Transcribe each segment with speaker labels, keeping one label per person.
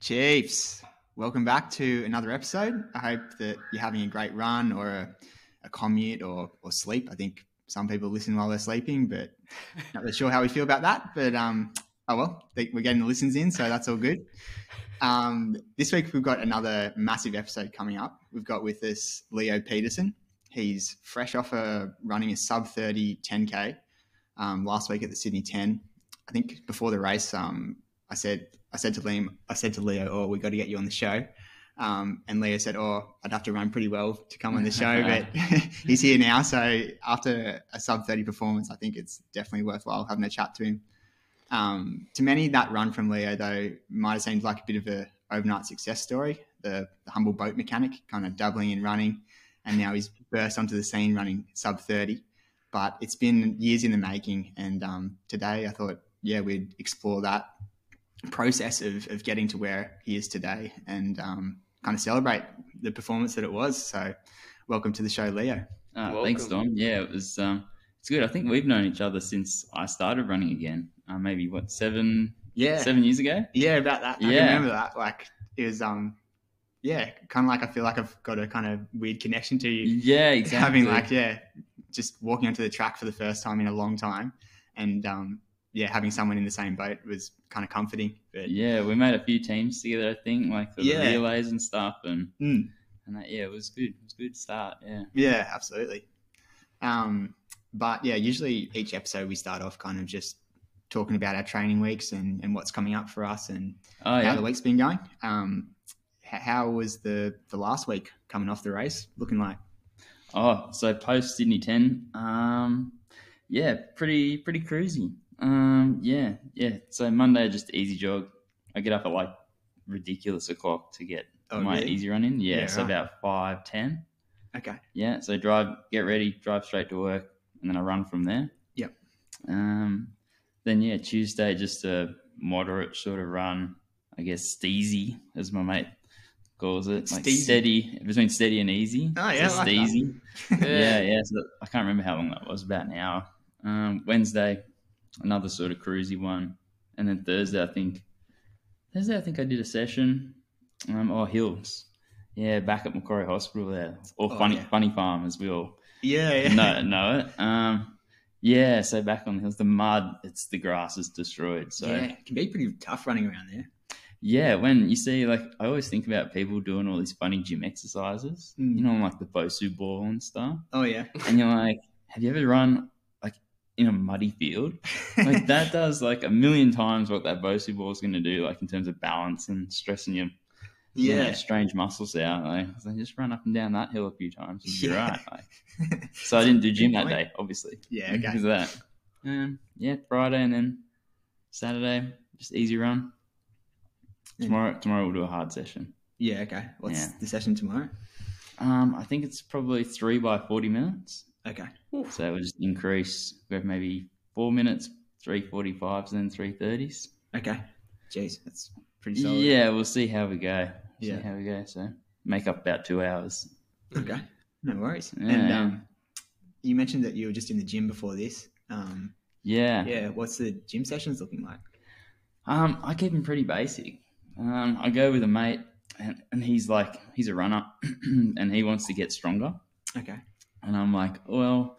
Speaker 1: Chiefs, welcome back to another episode. I hope that you're having a great run or a, a commute or, or sleep. I think some people listen while they're sleeping, but not really sure how we feel about that. But um, oh well, they, we're getting the listens in, so that's all good. Um, this week we've got another massive episode coming up. We've got with us Leo Peterson. He's fresh off a running a sub 30 10K um, last week at the Sydney 10. I think before the race, um, I said I said to Liam, I said to Leo, "Oh, we got to get you on the show." Um, and Leo said, "Oh, I'd have to run pretty well to come on the show, but he's here now." So after a sub thirty performance, I think it's definitely worthwhile having a chat to him. Um, to many, that run from Leo though might have seemed like a bit of a overnight success story. The, the humble boat mechanic, kind of doubling in running, and now he's burst onto the scene running sub thirty. But it's been years in the making, and um, today I thought, yeah, we'd explore that process of, of getting to where he is today and um, kind of celebrate the performance that it was. So, welcome to the show, Leo.
Speaker 2: Uh, thanks, Dom. Yeah, it was. Um, it's good. I think we've known each other since I started running again. Uh, maybe what seven?
Speaker 1: Yeah,
Speaker 2: seven years ago.
Speaker 1: Yeah, about that. I
Speaker 2: Yeah.
Speaker 1: remember that. Like it was, um, yeah, kind of like I feel like I've got a kind of weird connection to you.
Speaker 2: Yeah, exactly.
Speaker 1: having like yeah just walking onto the track for the first time in a long time and um yeah having someone in the same boat was kind of comforting but
Speaker 2: yeah, we made a few teams together. I think like for
Speaker 1: Yeah.
Speaker 2: the relays and stuff, and
Speaker 1: Mm.
Speaker 2: and that, yeah, it was good. It was a good start. Yeah.
Speaker 1: yeah absolutely um but yeah usually each episode we start off kind of just talking about our training weeks and, and what's coming up for us and
Speaker 2: Oh
Speaker 1: how
Speaker 2: yeah.
Speaker 1: the week's been going um h- how was the the last week coming off the race looking like
Speaker 2: Oh, so post Sydney ten, um, yeah, pretty pretty cruisy. Um, yeah, yeah. So Monday just easy jog. I get up at like ridiculous o'clock to get my
Speaker 1: Oh, really?
Speaker 2: easy run in. Yeah,
Speaker 1: Yeah,
Speaker 2: so
Speaker 1: right.
Speaker 2: about five ten.
Speaker 1: okay
Speaker 2: Yeah, so drive, get ready, drive straight to work, and then I run from there.
Speaker 1: Yep.
Speaker 2: Um, then yeah, Tuesday just a moderate sort of run. I guess steezy, as my mate calls it, like
Speaker 1: Steezy.
Speaker 2: steady between steady and easy.
Speaker 1: Oh, yeah,
Speaker 2: so
Speaker 1: I like that.
Speaker 2: steezy yeah, yeah. So I can't remember how long that was. About an hour. Um, Wednesday, another sort of cruisy one, and then Thursday, I think. Thursday, I think I did a session. Um, oh, hills. Yeah, back at Macquarie Hospital there, or
Speaker 1: Oh,
Speaker 2: funny,
Speaker 1: yeah.
Speaker 2: funny farm as we all
Speaker 1: yeah, yeah.
Speaker 2: know, know it. Um, yeah, so back on the hills, the mud, it's the grass is destroyed. So
Speaker 1: yeah it can be pretty tough running around there
Speaker 2: yeah, when you see like I always think about people doing all these funny gym exercises,
Speaker 1: Mm.
Speaker 2: you know, like the Bosu ball and stuff
Speaker 1: oh yeah
Speaker 2: and you're like, have you ever run like in a muddy field? Like that does like a million times what that Bosu ball is going to do, like in terms of balance and stressing your you know,
Speaker 1: yeah
Speaker 2: strange muscles out. Like, so just run up and down that hill a few times, and you're
Speaker 1: Yeah.
Speaker 2: right. Like, so I didn't do gym that
Speaker 1: point.
Speaker 2: day, obviously,
Speaker 1: yeah okay
Speaker 2: because of that. Um, yeah, Friday and then Saturday, just easy run.
Speaker 1: Yeah.
Speaker 2: Tomorrow, tomorrow we'll do a hard session.
Speaker 1: Yeah, okay. What's
Speaker 2: Yeah.
Speaker 1: the session tomorrow?
Speaker 2: Um, I think it's probably three by forty minutes.
Speaker 1: Okay.
Speaker 2: So it would just increase. We have maybe four minutes, three forty-fives, and then three thirties.
Speaker 1: Okay. Jeez, that's pretty solid.
Speaker 2: Yeah, we'll see how we go.
Speaker 1: Yeah.
Speaker 2: See how we go. So make up about two hours.
Speaker 1: Okay. No worries.
Speaker 2: Yeah,
Speaker 1: and
Speaker 2: yeah.
Speaker 1: um, you mentioned that you were just in the gym before this. Um,
Speaker 2: Yeah.
Speaker 1: yeah. What's the gym sessions looking like?
Speaker 2: Um, I keep them pretty basic. Um, I go with a mate, and, and he's like, he's a runner, and he wants to get stronger.
Speaker 1: Okay.
Speaker 2: And I'm like, well,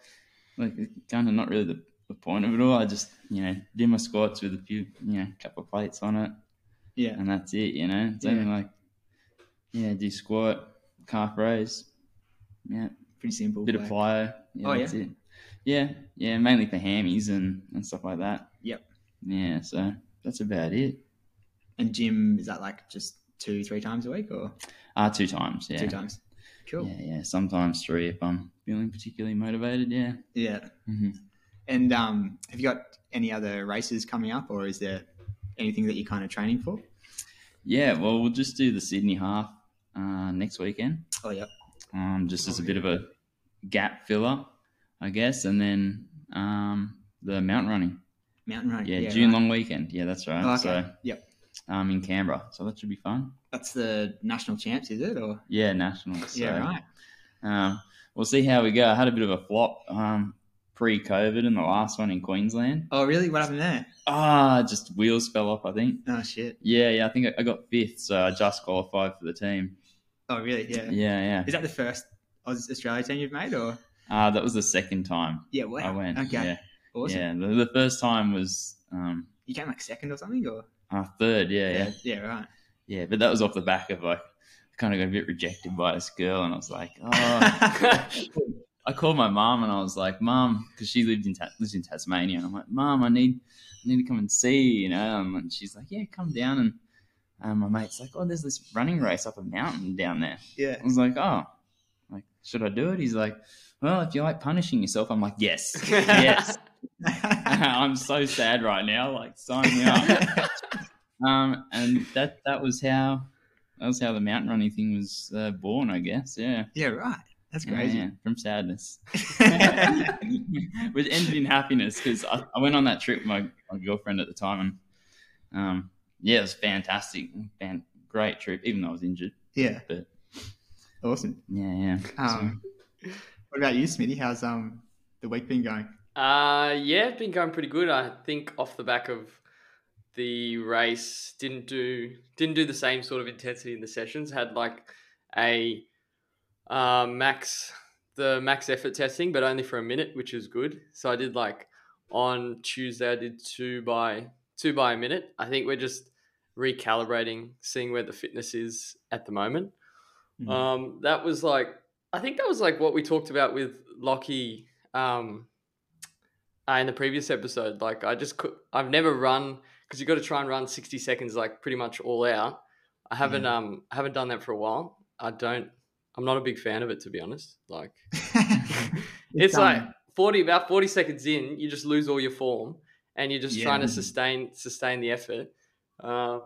Speaker 2: like kind of not really the, the point of it all. I just, you know, do my squats with a few, you know, couple of plates on it.
Speaker 1: Yeah.
Speaker 2: and that's it, you know. It's
Speaker 1: Yeah.
Speaker 2: only like, yeah, do squat, calf raise, yeah,
Speaker 1: Pretty simple.
Speaker 2: Mm. bit of
Speaker 1: like-
Speaker 2: plyo. Yeah,
Speaker 1: Oh,
Speaker 2: that's it. Yeah, yeah, mainly for hammies and, and stuff like that.
Speaker 1: Yep.
Speaker 2: Yeah, so that's about it.
Speaker 1: And gym is that like just two, three times a week or
Speaker 2: Ah, two times, yeah.
Speaker 1: two times? Cool.
Speaker 2: Yeah, yeah, sometimes three if I'm feeling particularly motivated, yeah.
Speaker 1: Yeah.
Speaker 2: hmm
Speaker 1: Mm-hmm. And um, have you got any other races coming up, or is there anything that you're kind of training for?
Speaker 2: Yeah, well, we'll just do the Sydney half uh, next weekend.
Speaker 1: Oh yeah.
Speaker 2: um, just as a
Speaker 1: Oh,
Speaker 2: bit of a gap filler, I guess, and then um, the mountain running.
Speaker 1: Mountain running.
Speaker 2: Yeah, June
Speaker 1: right.
Speaker 2: long weekend. Yeah, that's right.
Speaker 1: Oh, okay.
Speaker 2: So
Speaker 1: Yep.
Speaker 2: um, in Canberra, so that should be fun.
Speaker 1: That's the national champs, is it? Or
Speaker 2: Yeah, nationals. So,
Speaker 1: yeah, right.
Speaker 2: Um, we'll see how we go. I had a bit of a flop. Um, pre-COVID and the last one in Queensland.
Speaker 1: Oh, really? What happened there?
Speaker 2: Ah, just wheels fell off. I think.
Speaker 1: Oh shit.
Speaker 2: Yeah, yeah. I think I- I got fifth, so I just qualified for the team.
Speaker 1: Oh, really? Yeah.
Speaker 2: Yeah, yeah.
Speaker 1: Is that the first Aus- Australia team you've made, or
Speaker 2: Uh, that was the second time
Speaker 1: yeah? Wow.
Speaker 2: I went.
Speaker 1: Okay.
Speaker 2: Yeah,
Speaker 1: Awesome.
Speaker 2: yeah. The, the first time was um,
Speaker 1: You came like second or something, or
Speaker 2: uh, third. Yeah, yeah,
Speaker 1: yeah, right.
Speaker 2: yeah. But that was off the back of like, I kind of got a bit rejected by this girl, and I was like, oh. I called my mum and I was like, "Mum," because she lived in Ta- lives in Tasmania, and I'm like, "Mum, I need I need to come and see you know." Um, and she's like, "Yeah, come down." And um, my mate's like, "Oh, there's this running race up a mountain down there."
Speaker 1: yeah.
Speaker 3: Mm.
Speaker 2: I was like, "Oh, like should I do it?" He's like, "Well, if you like punishing yourself," I'm like, "Yes, yes." I'm so sad right now. Like, sign me up. um, and that that was how that was how the mountain running thing was uh, born, I guess. Yeah.
Speaker 1: yeah, right. That's
Speaker 2: Yeah,
Speaker 1: crazy.
Speaker 2: yeah, from sadness, which ended in happiness because I, I went on that trip with my, my girlfriend at the time, and um, yeah, it was fantastic, fan, great trip. Even though I was injured,
Speaker 1: yeah.
Speaker 2: but
Speaker 1: Awesome.
Speaker 2: yeah, yeah,
Speaker 1: Um, what about you, Smitty? How's um the week been going?
Speaker 3: Uh, yeah, it's been going pretty good. I think off the back of the race, didn't do didn't do the same sort of intensity in the sessions. Had like a uh, max the max effort testing, but only for a minute, which is good. So I did like on Tuesday, I did two by two by a minute. I think we're just recalibrating, seeing where the fitness is at the moment.
Speaker 1: Mhm.
Speaker 3: Um, that was like I think that was like what we talked about with Lockie. Um, uh, in the previous episode. Like I just could, I've never run because you got to try and run sixty seconds like pretty much all out. I haven't um I haven't done that for a while. I don't. I'm not a big fan of it to be honest. Like it's like
Speaker 1: um,
Speaker 3: forty about forty seconds in, you just lose all your form and you're just
Speaker 1: Yeah.
Speaker 3: trying to sustain sustain the effort. Uh,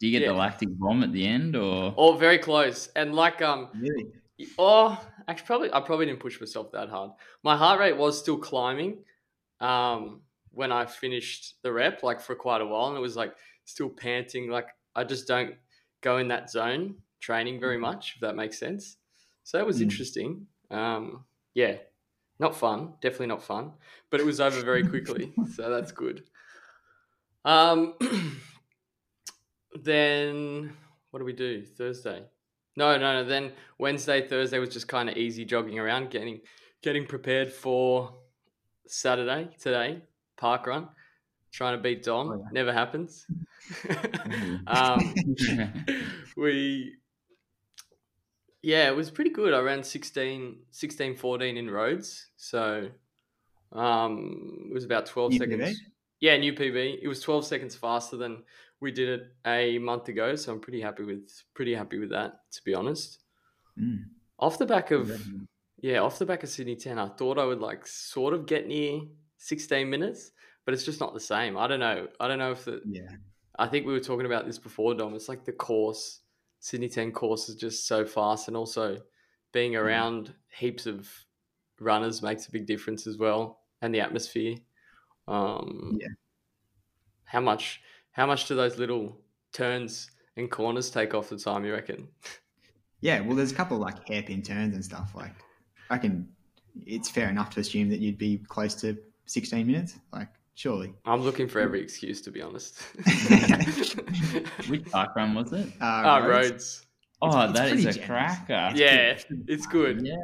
Speaker 2: Do you get
Speaker 3: Yeah.
Speaker 2: the lactic vom at the end, or
Speaker 3: or very close and like um
Speaker 1: really.
Speaker 3: Oh, actually, probably I probably didn't push myself that hard. My heart rate was still climbing um, when I finished the rep, like for quite a while, and it was like still panting. Like I just don't go in that zone training very much, if that makes sense. So that was
Speaker 1: Mm-hmm. Mm.
Speaker 3: interesting. Um, yeah, not fun, definitely not fun, but it was over very quickly, so that's good. Um, then what do we do Thursday? No, no, no. Then Wednesday, Thursday was just kind of easy jogging around, getting getting prepared for Saturday today park run, trying to beat Dom.
Speaker 1: Oh, yeah.
Speaker 3: Never happens. um, we yeah it was pretty good i ran 16 16 14 in roads so um it was about 12
Speaker 1: New
Speaker 3: seconds
Speaker 1: PB?
Speaker 3: yeah new pb it was 12 seconds faster than we did it a month ago so i'm pretty happy with pretty happy with that to be honest
Speaker 1: Mm.
Speaker 3: off the back of yeah off the back of sydney 10 i thought i would like sort of get near 16 minutes but it's just not the same i don't know i don't know if the,
Speaker 1: Yeah.
Speaker 3: I think we were talking about this before, Dom. It's like the course, Sydney 10 course is just so fast. And also being around heaps of runners makes a big difference as well. And the atmosphere. Um,
Speaker 1: Yeah.
Speaker 3: How much, how much do those little turns and corners take off the time, you reckon?
Speaker 1: Yeah, well, there's a couple of like hairpin turns and stuff. Like, I can, it's fair enough to assume that you'd be close to 16 minutes. Like, surely.
Speaker 3: I'm looking for every excuse, to be honest.
Speaker 2: which park run was it?
Speaker 1: Uh,
Speaker 3: Ah,
Speaker 1: roads?
Speaker 3: roads.
Speaker 2: Oh,
Speaker 1: it's
Speaker 2: that is
Speaker 1: pretty
Speaker 2: a
Speaker 1: generous.
Speaker 2: cracker.
Speaker 3: Yeah, it's good.
Speaker 2: yeah.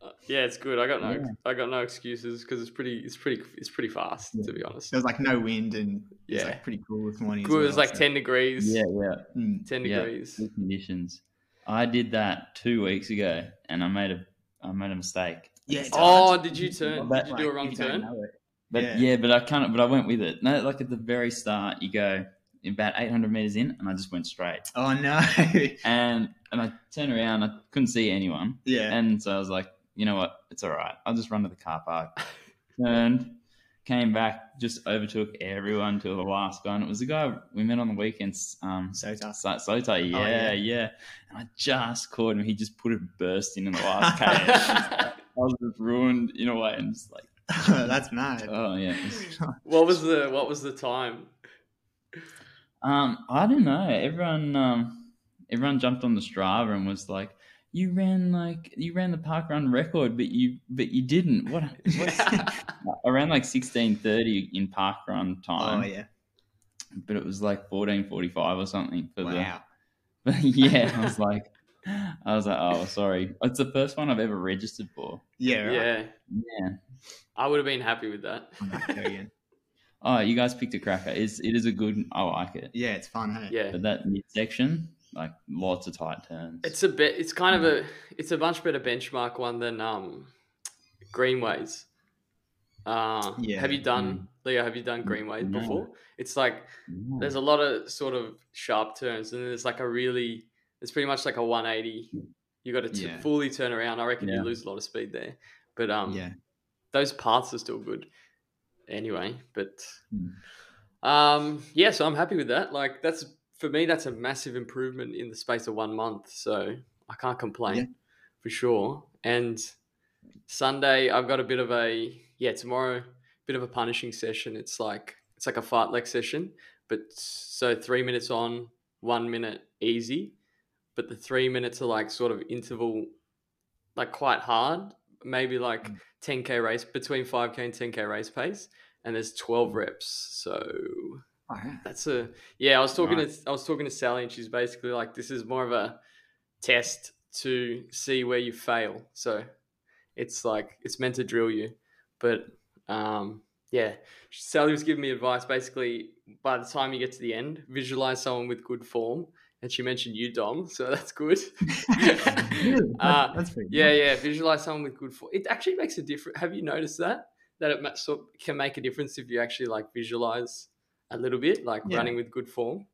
Speaker 3: Uh, Yeah, it's good. I got no,
Speaker 2: Yeah.
Speaker 3: I got no excuses because it's pretty, it's pretty, it's pretty fast
Speaker 1: Yeah.
Speaker 3: to be honest.
Speaker 1: There was like no wind and it was
Speaker 3: Yeah.
Speaker 1: like pretty cool this morning. as
Speaker 3: Good, it was
Speaker 1: well,
Speaker 3: like
Speaker 1: so-
Speaker 3: ten degrees.
Speaker 2: Yeah, yeah.
Speaker 1: Mm.
Speaker 3: ten
Speaker 2: Yeah.
Speaker 3: degrees.
Speaker 2: Good conditions. I did that two weeks ago, and I made a I made a mistake.
Speaker 1: Yeah, it's
Speaker 3: Oh,
Speaker 1: hard.
Speaker 3: did you turn?
Speaker 2: But-
Speaker 3: Did you do a wrong
Speaker 1: You don't
Speaker 3: turn?
Speaker 1: know it.
Speaker 2: But
Speaker 1: Yeah.
Speaker 2: yeah, but I kind of but I went with it. No, like at the very start, you go about 800 meters in, and I just went straight.
Speaker 1: Oh, no.
Speaker 2: And and I turned around, I couldn't see anyone,
Speaker 1: yeah.
Speaker 2: and so I was like, you know what, it's all right. I'll just run to the car park. Turned, came back, just overtook everyone till the last guy. And it was the guy we met on the weekends. Um,
Speaker 1: so tough.
Speaker 2: so, Soto, yeah,
Speaker 1: yeah.
Speaker 2: yeah, And I just caught him. He just put a burst in in the last case. I was just ruined in a way, and just like,
Speaker 1: That's mad.
Speaker 2: oh yeah. it was-
Speaker 3: what was the What was the time?
Speaker 2: Um, I don't know. Everyone, um, everyone jumped on the Strava and was like, you ran like you ran the park run record, but you but you didn't. What? What's, I ran like sixteen thirty in park run time.
Speaker 1: Oh yeah.
Speaker 2: But it was like fourteen forty five or something for
Speaker 1: Wow.
Speaker 2: the. yeah, I was like, I was like, oh, sorry. It's the first one I've ever registered for.
Speaker 1: Yeah. Right.
Speaker 3: yeah,
Speaker 2: Yeah.
Speaker 3: I would have been happy with that.
Speaker 1: I'm not Korean.
Speaker 2: Oh, you guys picked a cracker. It's, it is a good. I like it.
Speaker 1: yeah, it's fun, hey?
Speaker 3: yeah,
Speaker 2: But that mid section, like lots of tight turns.
Speaker 3: it's a bit. It's kind of a.
Speaker 1: Hmm.
Speaker 3: It's a much better benchmark one than um, greenways. Uh,
Speaker 1: Yeah. Hmm.
Speaker 3: Have you done Leo? Have you done greenways
Speaker 2: No.
Speaker 3: before? It's like
Speaker 2: Yeah.
Speaker 3: there's a lot of sort of sharp turns, and then there's like a really. It's pretty much like a 180. You got to t-
Speaker 1: Yeah.
Speaker 3: fully turn around. I reckon
Speaker 2: Yeah.
Speaker 3: you lose a lot of speed there, but um,
Speaker 1: Yeah.
Speaker 3: those paths are still good anyway but
Speaker 2: Mm.
Speaker 3: um yeah so i'm happy with that like that's for me that's a massive improvement in the space of one month so i can't complain
Speaker 1: Yeah.
Speaker 3: for sure and sunday i've got a bit of a yeah tomorrow bit of a punishing session it's like it's like a fart leg session but so three minutes on one minute easy but the three minutes are like sort of interval like quite hard maybe like 10k race between 5k and 10k race pace and there's 12 reps so
Speaker 1: All right.
Speaker 3: that's a yeah i was talking to i was talking to sally and she's basically like this is more of a test to see where you fail so it's like it's meant to drill you but um yeah sally was giving me advice basically by the time you get to the end visualize someone with good form and she mentioned you dom so that's good
Speaker 1: Really?
Speaker 3: Uh,
Speaker 1: that's pretty
Speaker 3: yeah, yeah. Visualize someone with good form. It actually makes a difference. Have you noticed that? That it ma- sort can make a difference if you actually like visualize a little bit, like
Speaker 1: Yeah.
Speaker 3: running with good form.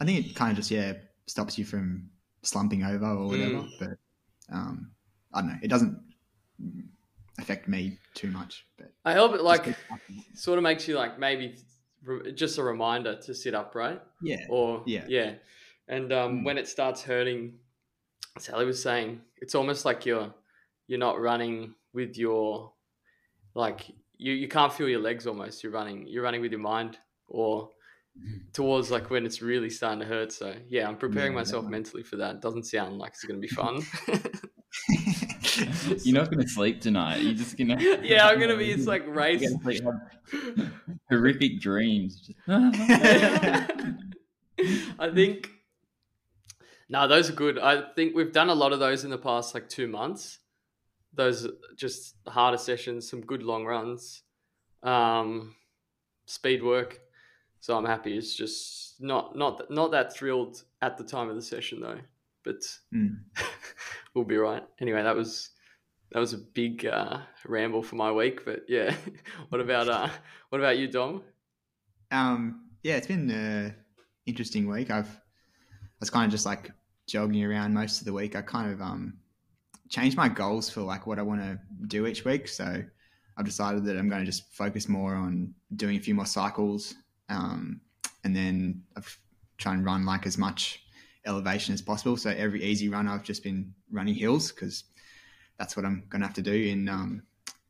Speaker 1: I think it kind of just yeah stops you from slumping over
Speaker 3: Mm.
Speaker 1: or whatever. But um, I don't know. It doesn't affect me too much. But
Speaker 3: I hope it
Speaker 1: just
Speaker 3: like
Speaker 1: keep-
Speaker 3: sort of makes you like maybe re- just a reminder to sit upright
Speaker 1: yeah,
Speaker 3: or
Speaker 1: Yeah.
Speaker 3: yeah. And um,
Speaker 2: Mm.
Speaker 3: when it starts hurting, Sally was saying it's almost like you're you're not running with your like you you can't feel your legs almost. You're running you're running with your mind or towards like when it's really starting to hurt. So yeah, I'm preparing
Speaker 1: Yeah,
Speaker 3: myself
Speaker 1: definitely.
Speaker 3: mentally for that. doesn't sound like it's gonna be fun.
Speaker 2: You're not going to sleep tonight. You're just going to.
Speaker 3: yeah, I'm gonna be it's like race.
Speaker 2: You're gonna sleep, have horrific dreams.
Speaker 3: I think no, those are good. I think we've done a lot of those in the past like two months. Those just harder sessions, some good long runs, um, speed work. So I'm happy. It's just not not not that thrilled at the time of the session though, but
Speaker 1: Mm.
Speaker 3: we'll be right. Anyway, that was that was a big uh, ramble for my week, but yeah. what about uh, what about you, Dom?
Speaker 1: um, yeah, it's been an interesting week. I've I was kind of just like jogging around most of the week. I kind of um changed my goals for like what I want to do each week. So I've decided that I'm going to just focus more on doing a few more cycles, um, and then I've try and run like as much elevation as possible. So every easy run, I've just been running hills because that's what I'm going to have to do in um,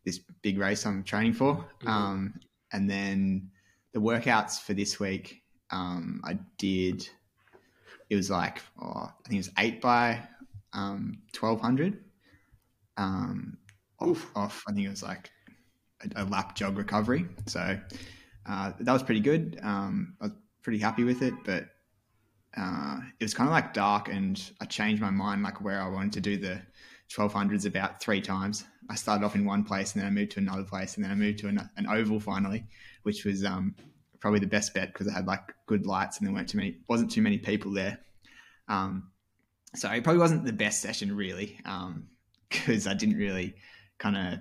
Speaker 1: this big race I'm training for.
Speaker 3: Mhm.
Speaker 1: Um, and then the workouts for this week, um, I did. It was like oh, I think it was eight by um, twelve hundred. Um, off,
Speaker 3: Oof.
Speaker 1: off. I think it was like a, a lap jog recovery. So uh, that was pretty good. Um, I was pretty happy with it, but uh, it was kind of like dark, and I changed my mind like where I wanted to do the 1200s about three times. I started off in one place, and then I moved to another place, and then I moved to an, an oval finally, which was um, probably the best bet because I had like good lights, and there weren't too many wasn't too many people there. Um, so it probably wasn't the best session really, because I didn't really kind of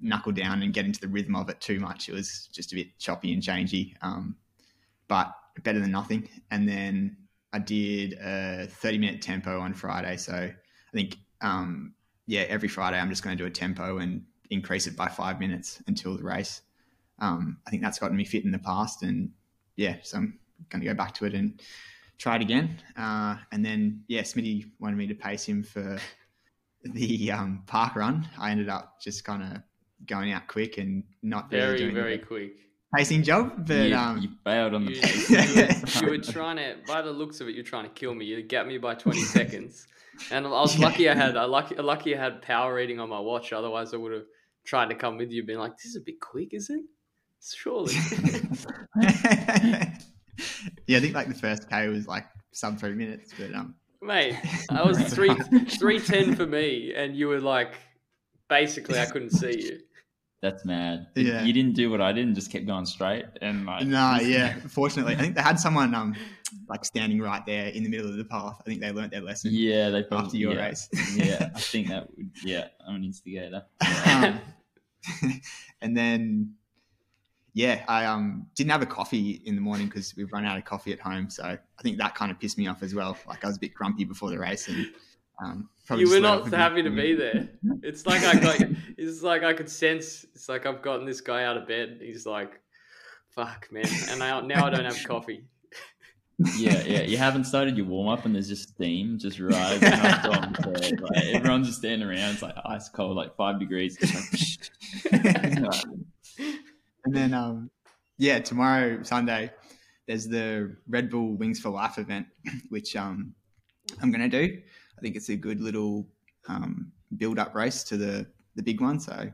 Speaker 1: knuckle down and get into the rhythm of it too much. It was just a bit choppy and changey, um, but better than nothing. And then I did a 30 minute tempo on Friday. So I think, um, yeah, every Friday I'm just going to do a tempo and increase it by five minutes until the race. Um, I think that's gotten me fit in the past. And yeah, so I'm going to go back to it and try it again. Uh, and then, yeah, Smitty wanted me to pace him for the um, park run. I ended up just kind of going out quick and not really
Speaker 3: Very
Speaker 1: doing the-
Speaker 3: very quick.
Speaker 1: pacing job, but
Speaker 2: you,
Speaker 1: um,
Speaker 2: you bailed on the
Speaker 3: You,
Speaker 1: Yeah.
Speaker 3: you were trying to, by the looks of it, you're trying to kill me. You got me by 20 seconds, and I was
Speaker 1: Yeah.
Speaker 3: lucky I had I lucky lucky I had power reading on my watch. Otherwise, I would have tried to come with you, been like, "This is a bit quick, is it?" Surely.
Speaker 1: yeah, I think like the first K was like sub three minutes, but um,
Speaker 3: Mate, I was three three ten for me, and you were like, basically, I couldn't see you.
Speaker 2: That's mad.
Speaker 1: Yeah.
Speaker 2: You didn't do what I did and just kept going straight. And like,
Speaker 1: no, yeah. Fortunately, I think they had someone um like standing right there in the middle of the path. I think they learnt their lesson
Speaker 2: Yeah, they probably.
Speaker 1: after your
Speaker 2: yeah,
Speaker 1: race.
Speaker 2: yeah, I think that would. Yeah, I'm an instigator.
Speaker 1: um, and then yeah i um didn't have a coffee in the morning because we've run out of coffee at home so i think that kind of pissed me off as well like i was a bit grumpy before the race and um probably Mm.
Speaker 3: you were
Speaker 1: just let off
Speaker 3: not
Speaker 1: a bit-
Speaker 3: happy to be there. It's like I got. It's like I could sense. It's like I've gotten this guy out of bed. He's like, "Fuck, man!" And I, now I don't have coffee.
Speaker 2: Yeah, yeah. You haven't started your warm up and there's just steam just rising up on the bed. Like, everyone's just standing around. It's like ice cold, like five degrees. It's like,
Speaker 1: and then um yeah tomorrow sunday there's the red bull wings for life event which um i'm gonna do i think it's a good little um build up race to the the big one so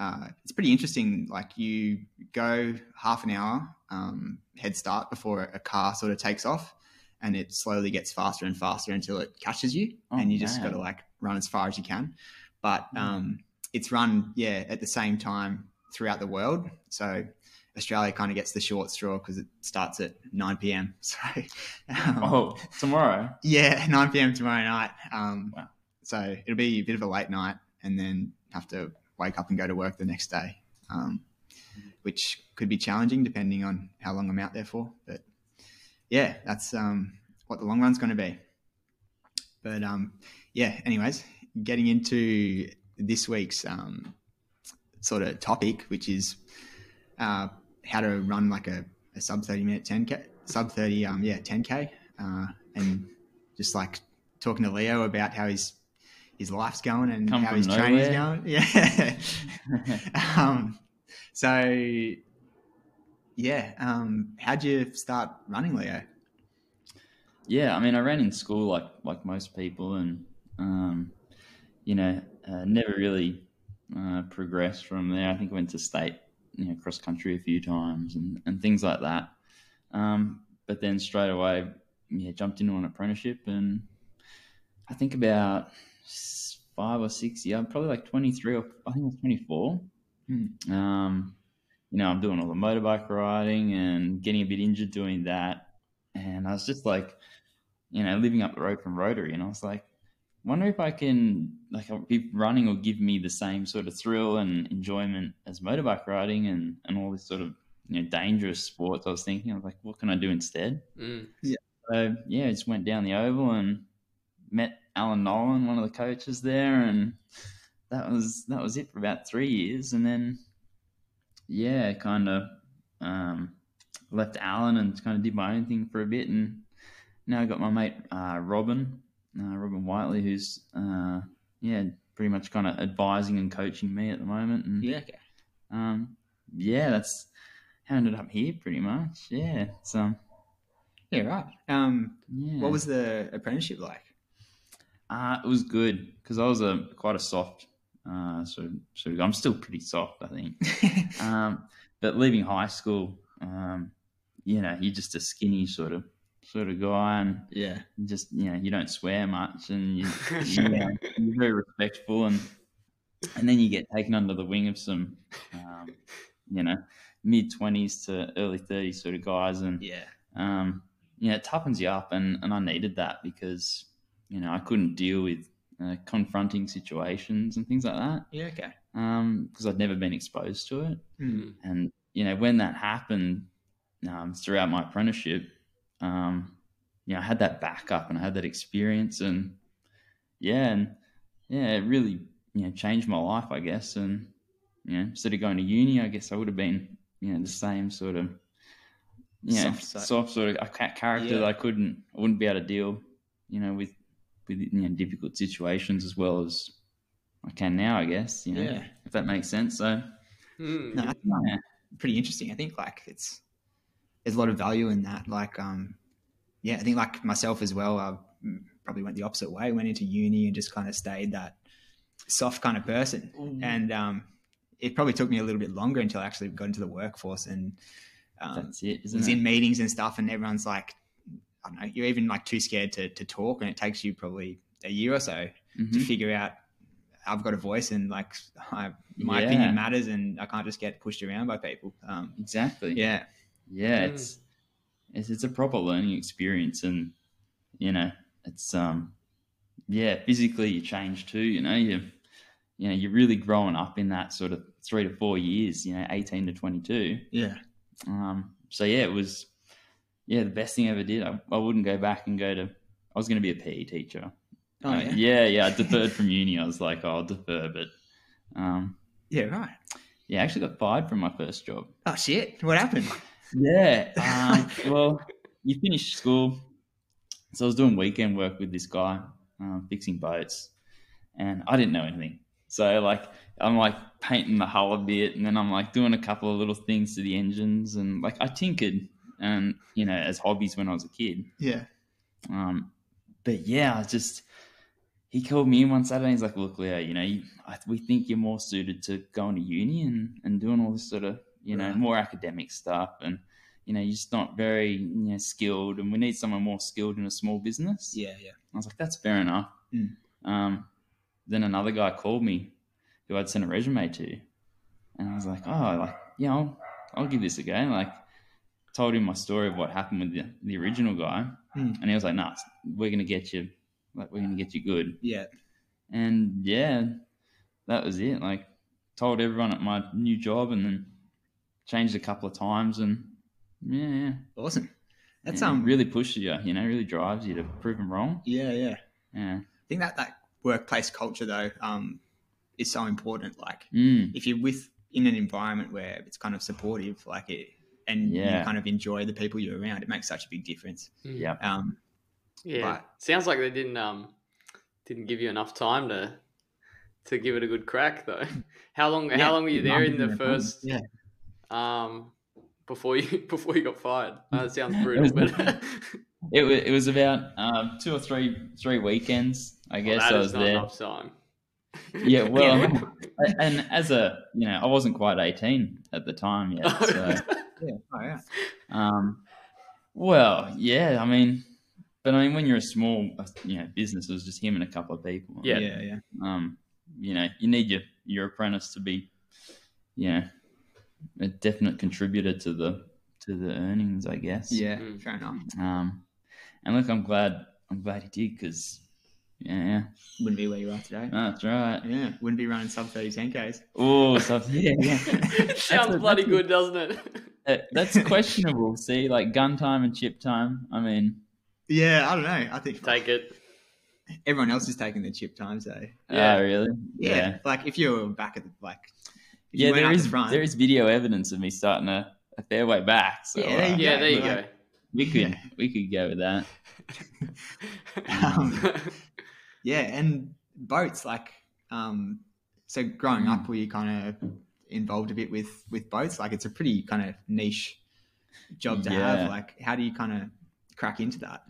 Speaker 1: uh, it's pretty interesting. Like you go half an hour um, head start before a car sort of takes off, and it slowly gets faster and faster until it catches you,
Speaker 2: Oh,
Speaker 1: and you just got
Speaker 2: man.
Speaker 1: to like run as far as you can. But
Speaker 2: Mm.
Speaker 1: um, it's run, yeah, at the same time throughout the world. So Australia kind of gets the short straw because it starts at 9 p.m. So um,
Speaker 2: oh, tomorrow.
Speaker 1: yeah, 9 p.m. tomorrow night. Um,
Speaker 2: Wow.
Speaker 1: So it'll be a bit of a late night and then have to wake up and go to work the next day, um, which could be challenging depending on how long I'm out there for. But yeah, that's um, what the long run's going to be. But um, yeah, anyways, getting into this week's um, sort of topic, which is uh, how to run like a, a sub 30 minute 10K, sub 30, um, yeah, 10K. Uh, and just like talking to Leo about how his his life's going and
Speaker 2: Come
Speaker 1: how
Speaker 2: from
Speaker 1: his training's
Speaker 2: nowhere.
Speaker 1: going. Yeah. um, so yeah, um, how'd you start running, Leo?
Speaker 2: yeah, I mean, I ran in school like like most people, and um, you know, uh, never really uh, progressed from there. I think I went to state, you know, cross country a few times and and things like that. Um, but then straight away, yeah, jumped into an apprenticeship, and I think about s- five or six, yeah, I'm probably like 23 or I think I was 24. Um, you know, I'm doing all the motorbike riding and getting a bit injured doing that. And I was just like, you know, living up the road from Rotary. And I was like, wonder if I can, like, if running will give me the same sort of thrill and enjoyment as motorbike riding and, and all this sort of, you know, dangerous sports. I was thinking, I was like, what can I do instead?
Speaker 3: Mm.
Speaker 2: So yeah, just went down the oval and met Alan Nolan, one of the coaches there, and that was that was it for about three years, and then yeah, kind of um, left Alan and kind of did my own thing for a bit, and now I got my mate uh, Robin, uh, Robin Whiteley, who's uh, yeah, pretty much kind of advising and coaching me at the moment, and
Speaker 3: Yeah.
Speaker 2: um, yeah, that's how I ended up here, pretty much. Yeah, so
Speaker 1: Yeah, right. Um,
Speaker 2: yeah.
Speaker 1: What was the apprenticeship like?
Speaker 2: Uh, it was good because I was a quite a soft uh, sort of, sort of. I'm still pretty soft, I think. Um, but leaving high school, um, you know, you're just a skinny sort of sort of guy, and
Speaker 1: yeah.
Speaker 2: you just you know, you don't swear much, and you,
Speaker 3: Mm.
Speaker 2: you know, you're very respectful, and and then you get taken under the wing of some, um, you know, mid twenties to early thirties sort of guys, and
Speaker 1: Yeah.
Speaker 2: um, you know, it toughens you up, and, and I needed that because you know I couldn't deal with uh, confronting situations and things like that
Speaker 1: Yeah. Okay.
Speaker 2: because I'd never been exposed to it.
Speaker 1: Hmm.
Speaker 2: And you know, when that happened um, throughout my apprenticeship, um, you know, I had that backup and I had that experience, and yeah, and yeah, it really you know changed my life, I guess. And you know, instead of going to uni, I guess I would have been you know the same sort of you know,
Speaker 1: Soft
Speaker 2: soft,
Speaker 1: side.
Speaker 2: sort of a ca- character
Speaker 1: Yeah.
Speaker 2: that I couldn't, I wouldn't be able to deal, you know, with with you know difficult situations as well as I can now, I guess. You know,
Speaker 1: Yeah.
Speaker 2: if that makes sense. So
Speaker 3: Mm.
Speaker 1: No,
Speaker 2: yeah,
Speaker 1: pretty interesting. I think like it's there's a lot of value in that. Like, um, yeah, I think like myself as well. I probably went the opposite way. Went into uni and just kind of stayed that soft kind of person. Mm. And um, it probably took me a little bit longer until I actually got into the workforce and um,
Speaker 2: That's it,
Speaker 1: was
Speaker 2: isn't it?
Speaker 1: in meetings and stuff. And everyone's like, I don't know, you're even like too scared to to talk, and it takes you probably a year or so to
Speaker 2: Mhm.
Speaker 1: figure out I've got a voice and like I, my
Speaker 2: Yeah.
Speaker 1: opinion matters and I can't just get pushed around by people. Um,
Speaker 2: Exactly.
Speaker 1: yeah,
Speaker 2: yeah
Speaker 3: Mm.
Speaker 2: it's, it's it's a proper learning experience and you know it's um yeah physically you change too you know you you know you're really growing up in that sort of three to four years you know 18 to 22
Speaker 1: yeah,
Speaker 2: um so yeah it was yeah the best thing i ever did i, I wouldn't go back and go to i was going to be a pe teacher
Speaker 1: oh,
Speaker 2: Uh,
Speaker 1: yeah. yeah,
Speaker 2: yeah yeah i deferred from uni i was like oh, i'll defer but um
Speaker 1: right.
Speaker 2: yeah i actually got fired from my first job
Speaker 1: Oh shit, what happened?
Speaker 2: yeah. Um, well, you finish school. So I was doing weekend work with this guy, um, fixing boats, and I didn't know anything. So like I'm like painting the hull a bit, and then I'm like doing a couple of little things to the engines, and like I tinkered, and you know, as hobbies when I was a kid.
Speaker 1: Yeah,
Speaker 2: Um, but yeah, I just he called me in one Saturday. And he's like, "Look, Leo, you know, you, I, we think you're more suited to going to uni and, and doing all this sort of you know
Speaker 1: Right.
Speaker 2: more academic stuff, and you know, you're just not very you know skilled, and we need someone more skilled in a small business."
Speaker 1: yeah, yeah.
Speaker 2: I was like, "That's fair enough."
Speaker 1: Mm.
Speaker 2: Um, then another guy called me, who I'd sent a resume to, and I was like, "Oh, like yeah, I'll, I'll give this a go." Like, told him my story of what happened with the, the original guy,
Speaker 1: Mm.
Speaker 2: and he was like, "Nah, we're gonna get you, like we're gonna get you good."
Speaker 1: Yeah,
Speaker 2: And yeah, that was it. Like, told everyone at my new job, and then changed a couple of times, and yeah, yeah.
Speaker 1: awesome. That's
Speaker 2: Yeah, it
Speaker 1: um,
Speaker 2: really pushes you, you know, really drives you to prove them wrong.
Speaker 1: yeah, yeah.
Speaker 2: Yeah,
Speaker 1: I think that that workplace culture though um, is so important. Like
Speaker 2: mm,
Speaker 1: if you're with in an environment where it's kind of supportive, like it, and
Speaker 2: Yeah.
Speaker 1: you kind of enjoy the people you're around, it makes such a big difference.
Speaker 3: Mm.
Speaker 2: Yeah.
Speaker 1: Um,
Speaker 3: Yeah.
Speaker 1: Right.
Speaker 3: Sounds like they didn't um didn't give you enough time to to give it a good crack though.
Speaker 2: Hmm.
Speaker 3: How long
Speaker 1: Yeah,
Speaker 3: how long were you there in the first
Speaker 1: yeah,
Speaker 3: um before you before you got fired? Uh, that sounds
Speaker 2: It
Speaker 3: brutal,
Speaker 2: was-
Speaker 3: but
Speaker 2: it was it was about um, two or three three weekends, I
Speaker 3: well,
Speaker 2: guess.
Speaker 3: that
Speaker 2: I
Speaker 3: is
Speaker 2: was
Speaker 3: not
Speaker 2: there.
Speaker 3: enough time.
Speaker 2: Yeah, well, and as a you know, I wasn't quite eighteen at the time yet. So.
Speaker 1: yeah, oh, yeah.
Speaker 2: Um, well, yeah, I mean, but I mean, when you're a small, uh, you know, business, it was just him and a couple of people.
Speaker 3: Yeah.
Speaker 1: yeah, yeah.
Speaker 2: Um, you know, you need your your apprentice to be, you know, a definite contributor to the to the earnings, I guess.
Speaker 1: Yeah,
Speaker 3: Mm.
Speaker 1: fair enough.
Speaker 2: Um, and look, I'm glad I'm glad he did because, yeah,
Speaker 1: Wouldn't be where you are today.
Speaker 2: that's right.
Speaker 1: Yeah, wouldn't be running sub 30 10Ks.
Speaker 2: Oh, so yeah, yeah.
Speaker 3: it sounds
Speaker 2: a-
Speaker 3: bloody
Speaker 2: that's a-
Speaker 3: good, doesn't it?
Speaker 2: That, that's questionable. See, like gun time and chip time. I mean,
Speaker 1: Yeah, I don't know. I think
Speaker 3: Take it.
Speaker 1: everyone else is taking the chip times though.
Speaker 3: Yeah.
Speaker 2: yeah, uh, really,
Speaker 1: Yeah, like if you're back at the like, if you
Speaker 2: yeah,
Speaker 1: went
Speaker 2: there
Speaker 1: out
Speaker 2: is
Speaker 1: the front,
Speaker 2: there is video evidence of me starting a, a fair way back. So
Speaker 1: Yeah,
Speaker 2: uh,
Speaker 1: there you
Speaker 3: Yeah, there you
Speaker 1: Yeah.
Speaker 3: go.
Speaker 2: we could
Speaker 1: Yeah.
Speaker 2: we could go with that.
Speaker 1: Um, yeah, and boats like um, so growing
Speaker 2: Mm.
Speaker 1: up, were you kind of involved a bit with with boats? Like it's a pretty kind of niche job to
Speaker 2: Yeah.
Speaker 1: have. Like how do you kind of crack into that?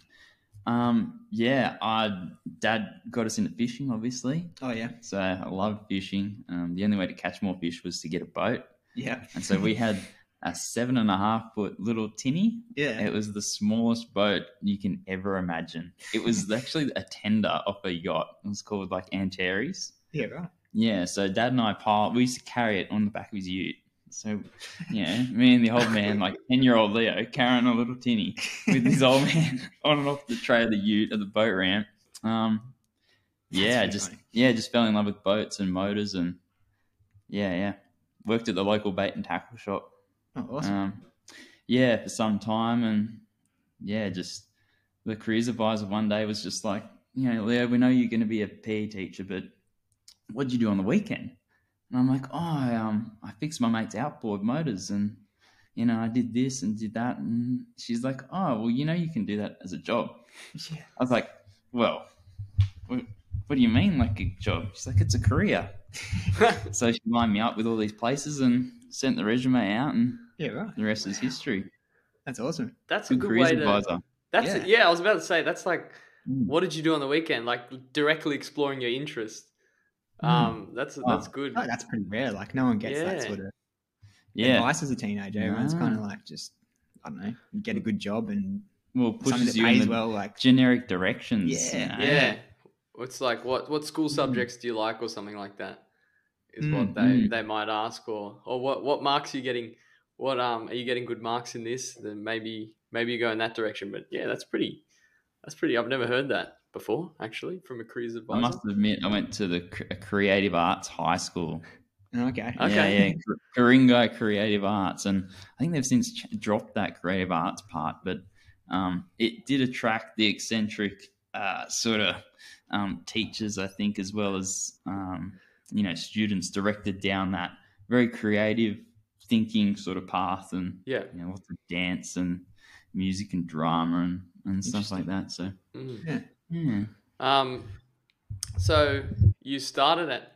Speaker 2: Um, yeah, our dad got us into fishing, obviously.
Speaker 1: Oh yeah,
Speaker 2: So I loved fishing. Um, the only way to catch more fish was to get a boat,
Speaker 1: yeah,
Speaker 2: and so we had a seven and a half foot little tinny.
Speaker 1: yeah.
Speaker 2: It was the smallest boat you can ever imagine. It was actually a tender off a yacht. It was called like Antares.
Speaker 1: Yeah, right.
Speaker 2: Yeah, so dad and I piled. We used to carry it on the back of his ute. So, yeah, me and the old man, like ten-year-old Leo, carrying a little tinny with his old man on and off the tray of the ute at the boat ramp. Um,
Speaker 1: That's
Speaker 2: yeah,
Speaker 1: pretty
Speaker 2: just
Speaker 1: funny.
Speaker 2: yeah, just fell in love with boats and motors, and yeah, yeah, worked at the local bait and tackle shop.
Speaker 1: Oh, awesome.
Speaker 2: Um, yeah, for some time, and yeah, just the careers advisor one day was just like, you know, Leo, we know you're going to be a PE teacher, but what do you do on the weekend? And I'm like, oh, I, um, I fixed my mate's outboard motors, and you know, I did this and did that, and she's like, oh, well, you know, you can do that as a job.
Speaker 1: yeah.
Speaker 2: I was like, well, what, what do you mean, like a job? She's like, it's a career. So she lined me up with all these places, and sent the resume out, and
Speaker 1: Yeah, right.
Speaker 2: the rest is history.
Speaker 1: That's awesome.
Speaker 3: That's a
Speaker 2: Good
Speaker 3: good way
Speaker 2: careers
Speaker 3: to.
Speaker 2: advisor.
Speaker 3: That's yeah.
Speaker 1: Yeah.
Speaker 3: I was about to say that's like,
Speaker 2: Mm.
Speaker 3: what did you do on the weekend? Like directly exploring your interest. Um, that's that's good.
Speaker 1: No, that's pretty rare. Like no one gets that
Speaker 3: Yeah.
Speaker 1: sort of
Speaker 2: Yeah, Ah.
Speaker 1: advice as a teenager. Everyone's
Speaker 2: No.
Speaker 1: kind of like just I don't know, you get a good job and
Speaker 2: well,
Speaker 1: something
Speaker 2: pushes
Speaker 1: that
Speaker 2: you in
Speaker 1: pays
Speaker 2: the
Speaker 1: well. Like
Speaker 2: generic directions.
Speaker 1: Yeah.
Speaker 2: you know?
Speaker 3: yeah. It's like what what school subjects do you like or something like that is
Speaker 1: Mm,
Speaker 3: what they
Speaker 2: mm.
Speaker 3: they might ask or or what what marks are you getting what um are you getting good marks in this then maybe maybe you go in that direction but yeah that's pretty that's pretty I've never heard that before actually from a careers
Speaker 2: I
Speaker 3: advisor
Speaker 2: must admit, I went to the cr- a creative arts high school.
Speaker 1: oh, okay,
Speaker 3: Okay.
Speaker 2: Yeah, yeah. Cor- Coringa Creative Arts, and I think they've since ch- dropped that creative arts part, but um, it did attract the eccentric uh, sort of um, teachers, I think, as well as um, you know students directed down that very creative thinking sort of path, and
Speaker 3: yeah
Speaker 2: you know lots of dance and music and drama and, and stuff like that. So
Speaker 3: Mm.
Speaker 2: yeah,
Speaker 3: Um, so you started at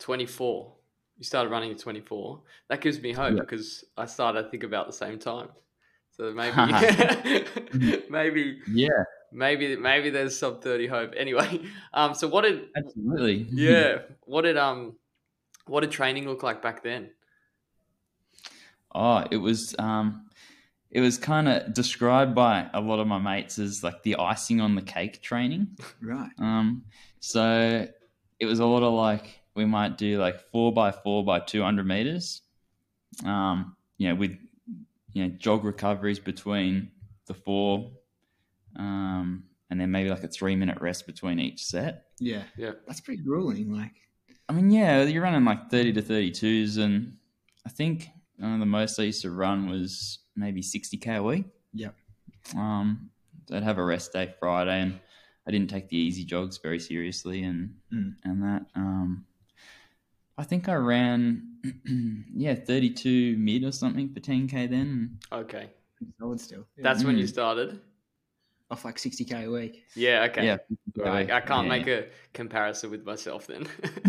Speaker 3: 24. You started running at 24. That gives me hope
Speaker 2: Yeah.
Speaker 3: because I started, I think, about the same time. So maybe,
Speaker 2: Mm.
Speaker 3: maybe,
Speaker 2: yeah,
Speaker 3: maybe, maybe there's some 30 hope. Anyway, um, so what did,
Speaker 2: absolutely,
Speaker 3: yeah, what did, um, what did training look like back then?
Speaker 2: Oh, it was um, it was kind of described by a lot of my mates as like the icing on the cake training.
Speaker 1: right.
Speaker 2: Um, so it was a lot of like we might do like four by four by two hundred meters. Um, you know, with you know jog recoveries between the four, um, and then maybe like a three minute rest between each set.
Speaker 1: Yeah,
Speaker 3: Yeah.
Speaker 1: that's pretty grueling. Like
Speaker 2: I mean, yeah, you're running like 30 to 32s, and I think uh, the most I used to run was maybe 60k a week.
Speaker 1: Yep.
Speaker 2: Um, so I'd have a rest day Friday, and I didn't take the easy jogs very seriously, and
Speaker 1: Mm.
Speaker 2: and that. Um, I think I ran, yeah, 32 mid or something for 10k then.
Speaker 3: Okay.
Speaker 1: pretty solid still. Yeah.
Speaker 3: That's when you
Speaker 2: Mm.
Speaker 3: started.
Speaker 1: off like sixty k a week.
Speaker 3: Yeah. Okay.
Speaker 2: Yeah.
Speaker 3: All right, I can't
Speaker 2: Yeah.
Speaker 3: make a comparison with myself then.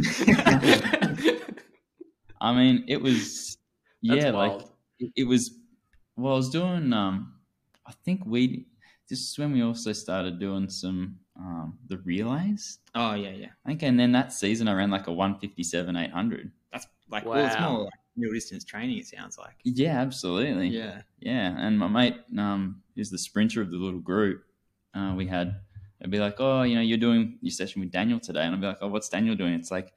Speaker 2: I mean, it was,
Speaker 3: That's
Speaker 2: yeah, like
Speaker 3: wild.
Speaker 2: it, it was well i was doing um i think we this is when we also started doing some um the relays
Speaker 1: Oh yeah, yeah.
Speaker 2: i think and then that season i ran like a 157 800
Speaker 1: That's like well, it's
Speaker 3: Wow.
Speaker 1: more like real distance training. It sounds like.
Speaker 2: yeah absolutely
Speaker 1: Yeah.
Speaker 2: yeah and my mate um is the sprinter of the little group uh we had it'd be like oh you know you're doing your session with daniel today and i'd be like oh what's daniel doing it's like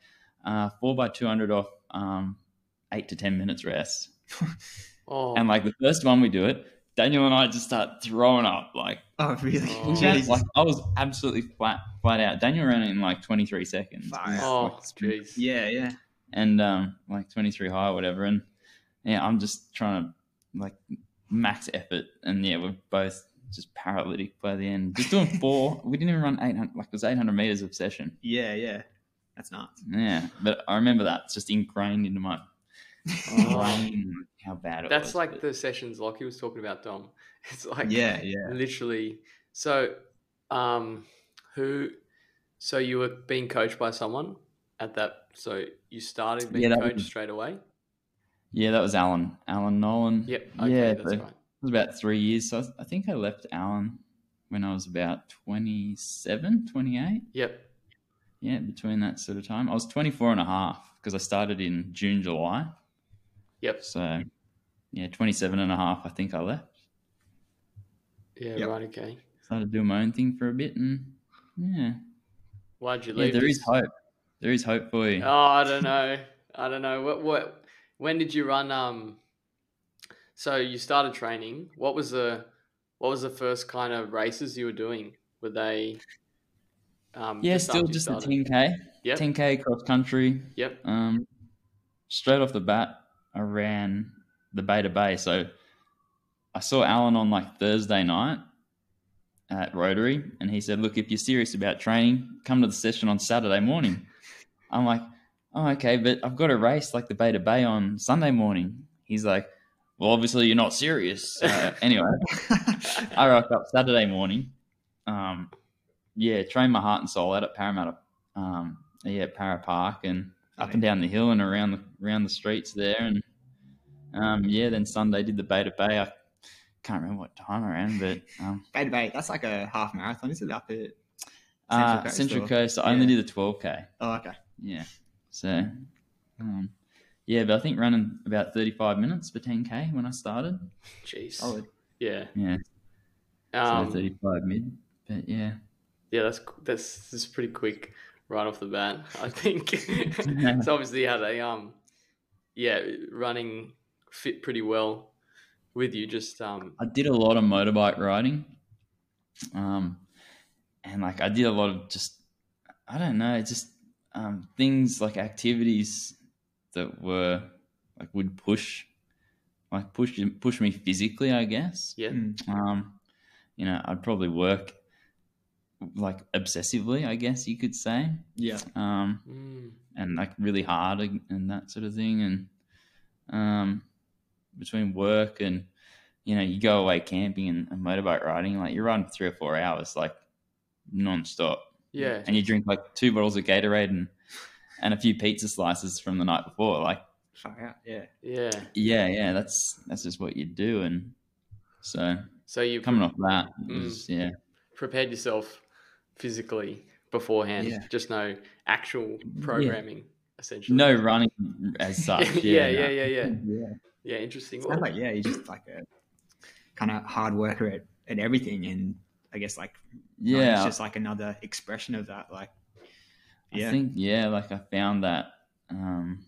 Speaker 2: uh four by 200 off um eight to ten minutes rest
Speaker 3: Oh,
Speaker 2: and like the first one we do it daniel and i just start throwing up like
Speaker 1: Oh really?
Speaker 3: Oh.
Speaker 2: Yeah,
Speaker 1: Jesus.
Speaker 2: like I was absolutely flat, flat out. Daniel ran it in like 23 seconds,
Speaker 1: Fire.
Speaker 3: oh, jeez.
Speaker 1: Yeah, yeah.
Speaker 2: and um, like 23 high, or whatever. And yeah, I'm just trying to like max effort, and yeah, we're both just paralytic by the end. Just doing four. we didn't even run 800. Like it was 800 meters of session.
Speaker 1: Yeah, yeah. That's nuts.
Speaker 2: Yeah, but I remember that. It's just ingrained into my
Speaker 3: Oh,
Speaker 2: brain how bad it was.
Speaker 3: that's like
Speaker 2: but-
Speaker 3: the sessions Lockie was talking about, Dom. It's like
Speaker 1: yeah, yeah.
Speaker 3: literally. So, um, who? So you were being coached by someone at that. So you started being
Speaker 2: Yeah, that
Speaker 3: coached
Speaker 2: was-
Speaker 3: straight away.
Speaker 2: yeah, that was Alan. Alan Nolan.
Speaker 3: Yep. Okay,
Speaker 2: yeah,
Speaker 3: that's
Speaker 2: so-
Speaker 3: right.
Speaker 2: It was about three years. So I, I think I left Allen when I was about 27, 28.
Speaker 3: Yep.
Speaker 2: Yeah, between that sort of time. I was 24 and a half because I started in June, July.
Speaker 3: Yep.
Speaker 2: So, yeah, 27 and a half, I think I left.
Speaker 3: Yeah.
Speaker 1: Yep.
Speaker 3: Right. Okay.
Speaker 2: Started doing my own thing for a bit. And yeah,
Speaker 3: Why'd you
Speaker 2: yeah
Speaker 3: leave?
Speaker 2: there is
Speaker 3: this?
Speaker 2: hope. There is hope for you.
Speaker 3: Oh, I don't know. I don't know. What? What? When did you run? Um. So you started training. What was the? What was the first kind of races you were doing? Were they? Um,
Speaker 2: yeah, still
Speaker 3: after you
Speaker 2: just a
Speaker 3: started?
Speaker 2: 10K.
Speaker 3: Yep.
Speaker 2: 10K cross country.
Speaker 3: Yep.
Speaker 2: Um, straight off the bat, I ran the Bay to Bay. So I saw Alan on like Thursday night at Rotary, and he said, "Look, if you're serious about training, come to the session on Saturday morning." I'm like, "Oh, okay, but I've got a race like the Bay to Bay on Sunday morning." He's like, "Well, obviously you're not serious." Uh, anyway, I rock up Saturday morning. Um, yeah, train my heart and soul out at Parramatta. Um, yeah, Para Park and up and down the hill and around the around the streets there, and Um, yeah, then Sunday did the Beta Bay. I can't remember what time around, but um,
Speaker 1: Bay to Bay, that's like a half marathon, is it? Up at
Speaker 2: uh, Central Coast.
Speaker 1: Coast or-
Speaker 2: I only
Speaker 1: yeah.
Speaker 2: did the 12K.
Speaker 1: Oh, okay.
Speaker 2: Yeah. So, um, yeah, but I think running about 35 minutes for 10K when I started.
Speaker 3: Jeez.
Speaker 2: Oh,
Speaker 1: Solid.
Speaker 3: Yeah.
Speaker 2: Yeah. So
Speaker 3: Um,
Speaker 2: 35 mid. But yeah.
Speaker 3: yeah, that's that's that's pretty quick right off the bat. I think it's obviously had a um, yeah, running fit pretty well with you. Just um,
Speaker 2: I did a lot of motorbike riding. Um, and like I did a lot of just, I don't know, just um, things like activities that were like would push, like push push me physically, I guess.
Speaker 3: yeah,
Speaker 1: Mm.
Speaker 2: Um, you know, I'd probably work like obsessively, I guess you could say.
Speaker 1: Yeah.
Speaker 2: Um,
Speaker 3: Mm.
Speaker 2: and like really hard and and that sort of thing and um between work and you know you go away camping and, and motorbike riding like you're riding for three or four hours like non-stop
Speaker 3: yeah,
Speaker 2: and you drink like two bottles of gatorade and and a few pizza slices from the night before like
Speaker 1: Far out. Yeah.
Speaker 3: yeah.
Speaker 2: yeah yeah that's that's just what you do and so
Speaker 3: So you
Speaker 2: coming off that it
Speaker 3: Mm.
Speaker 2: was yeah
Speaker 3: prepared yourself physically beforehand.
Speaker 1: Yeah.
Speaker 3: Just no actual programming, essentially.
Speaker 2: no running as such
Speaker 3: yeah,
Speaker 2: yeah
Speaker 3: yeah,
Speaker 2: no.
Speaker 3: yeah, yeah.
Speaker 1: Mm,
Speaker 2: yeah
Speaker 3: Yeah, interesting.
Speaker 1: Sounds like yeah, you're just like a kind of hard worker at, at everything, and I guess like running is
Speaker 2: yeah
Speaker 1: just like another expression of that. Like
Speaker 2: I
Speaker 1: Yeah.
Speaker 2: think yeah, like I found that um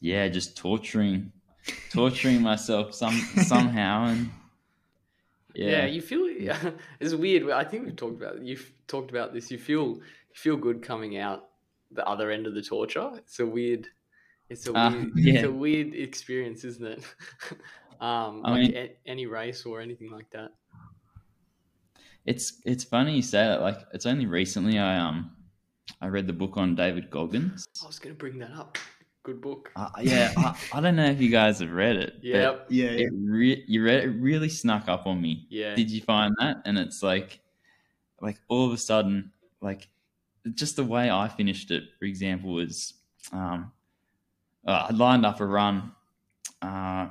Speaker 2: yeah, just torturing torturing myself some somehow and
Speaker 3: yeah.
Speaker 2: yeah.
Speaker 3: you feel it's weird. I think we've talked about you've talked about this. You feel you feel good coming out the other end of the torture. It's a weird, it's a
Speaker 2: Uh,
Speaker 3: weird,
Speaker 2: yeah.
Speaker 3: it's a weird experience, isn't it? um,
Speaker 2: I
Speaker 3: like
Speaker 2: mean-
Speaker 3: a- any race or anything like that.
Speaker 2: It's it's funny you say that like it's only recently I um I read the book on David Goggins.
Speaker 3: I was going to bring that up. Good book.
Speaker 2: Uh, yeah, I, I don't know if you guys have read it. but
Speaker 3: Yep.
Speaker 1: yeah, yeah,
Speaker 2: It re- you read it really snuck up on me.
Speaker 3: Yeah.
Speaker 2: did you find that and it's like like all of a sudden like just the way i finished it for example was um uh, i lined up a run uh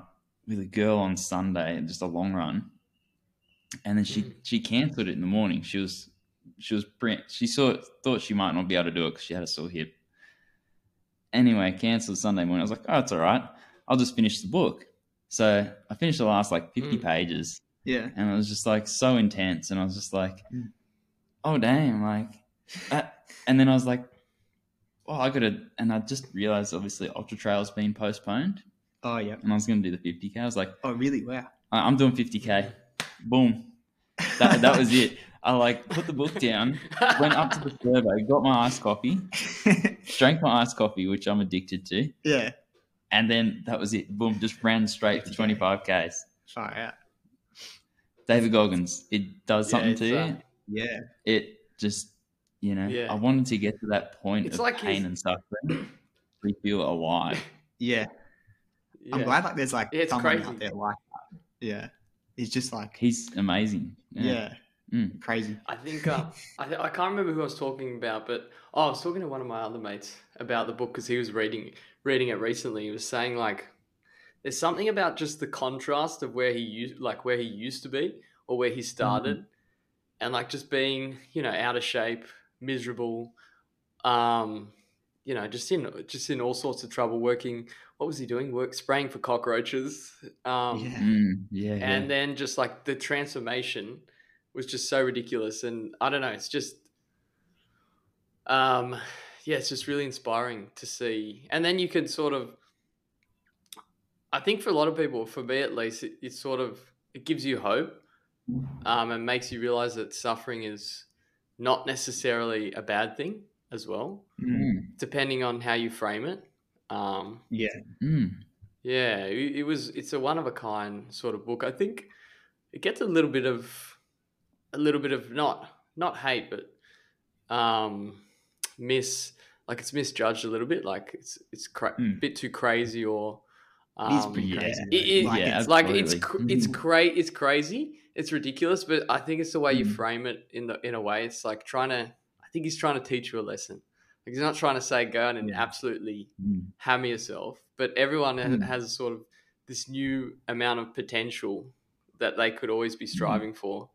Speaker 2: with a girl on sunday just a long run and then she
Speaker 3: Mm.
Speaker 2: she cancelled it in the morning she was she was print she saw thought she might not be able to do it because she had a sore hip anyway cancelled sunday morning i was like oh it's all right i'll just finish the book so i finished the last like 50
Speaker 3: Mm.
Speaker 2: pages
Speaker 1: yeah.
Speaker 2: and it was just like so intense and i was just like
Speaker 3: Hmm.
Speaker 1: Mm.
Speaker 2: oh damn like that. and then i was like well i gotta and i just realized obviously ultra trail's been postponed
Speaker 1: Oh yeah.
Speaker 2: and i was gonna do the 50k i was like
Speaker 1: Oh really? Wow.
Speaker 2: I- i'm doing 50k boom that, that was it i like put the book down went up to the servo got my iced coffee drank my iced coffee which i'm addicted to
Speaker 1: yeah.
Speaker 2: and then that was it boom just ran straight for
Speaker 1: 50K.
Speaker 2: 25ks
Speaker 1: Far out.
Speaker 2: david goggins it does
Speaker 3: Yeah,
Speaker 2: something
Speaker 3: it's,
Speaker 2: to you
Speaker 3: uh,
Speaker 1: Yeah.
Speaker 2: it just you know
Speaker 3: Yeah.
Speaker 2: i wanted to get to that point
Speaker 3: It's
Speaker 2: of
Speaker 3: like
Speaker 2: pain
Speaker 3: his-
Speaker 2: and suffering we feel alive
Speaker 1: Yeah. I'm
Speaker 3: Yeah.
Speaker 1: glad like there's like
Speaker 3: Yeah, it's
Speaker 1: someone
Speaker 3: crazy.
Speaker 1: out there like that. Yeah. It's just like
Speaker 2: he's amazing
Speaker 1: yeah,
Speaker 2: Mm.
Speaker 1: crazy.
Speaker 3: I think uh, I, th- I can't remember who I was talking about, but oh, I was talking to one of my other mates about the book because he was reading reading it recently. He was saying like, there's something about just the contrast of where he used like where he used to be or where he started, and like just being you know out of shape, miserable, um, you know just in just in all sorts of trouble. Working, what was he doing? Work spraying for cockroaches. Um,
Speaker 1: yeah.
Speaker 2: Mm, yeah, yeah.
Speaker 3: and then just like the transformation was just so ridiculous and i don't know it's just um yeah it's just really inspiring to see and then you can sort of i think for a lot of people for me at least it, it sort of it gives you hope um, and makes you realize that suffering is not necessarily a bad thing as well
Speaker 2: Mm,
Speaker 3: depending on how you frame it um,
Speaker 2: mm.
Speaker 3: yeah, it, it was. It's a one of a kind sort of book. I think it gets a little bit of, a little bit of not not hate, but um, miss like it's misjudged a little bit. Like it's it's cra-
Speaker 1: Hmm.
Speaker 3: bit too crazy or. Um,
Speaker 1: He's pretty
Speaker 2: yeah.
Speaker 1: crazy.
Speaker 3: It, it,
Speaker 1: though.
Speaker 2: yeah,
Speaker 1: it's-
Speaker 3: it's like it's cr-
Speaker 2: absolutely. Hmm. Mm.
Speaker 3: it's
Speaker 1: Mhm.
Speaker 3: cra- it's crazy, it's ridiculous. But I think it's the way you
Speaker 2: Mhm.
Speaker 3: frame it in the in a way. It's like trying to. I think he's trying to teach you a lesson. Like he's not trying to say go out and
Speaker 2: Yeah.
Speaker 3: absolutely
Speaker 2: Mm.
Speaker 3: hammer yourself, but everyone ha-
Speaker 1: Hmm.
Speaker 2: Mm.
Speaker 3: has sort of this new amount of potential that they could always be
Speaker 1: Hmm.
Speaker 3: striving for,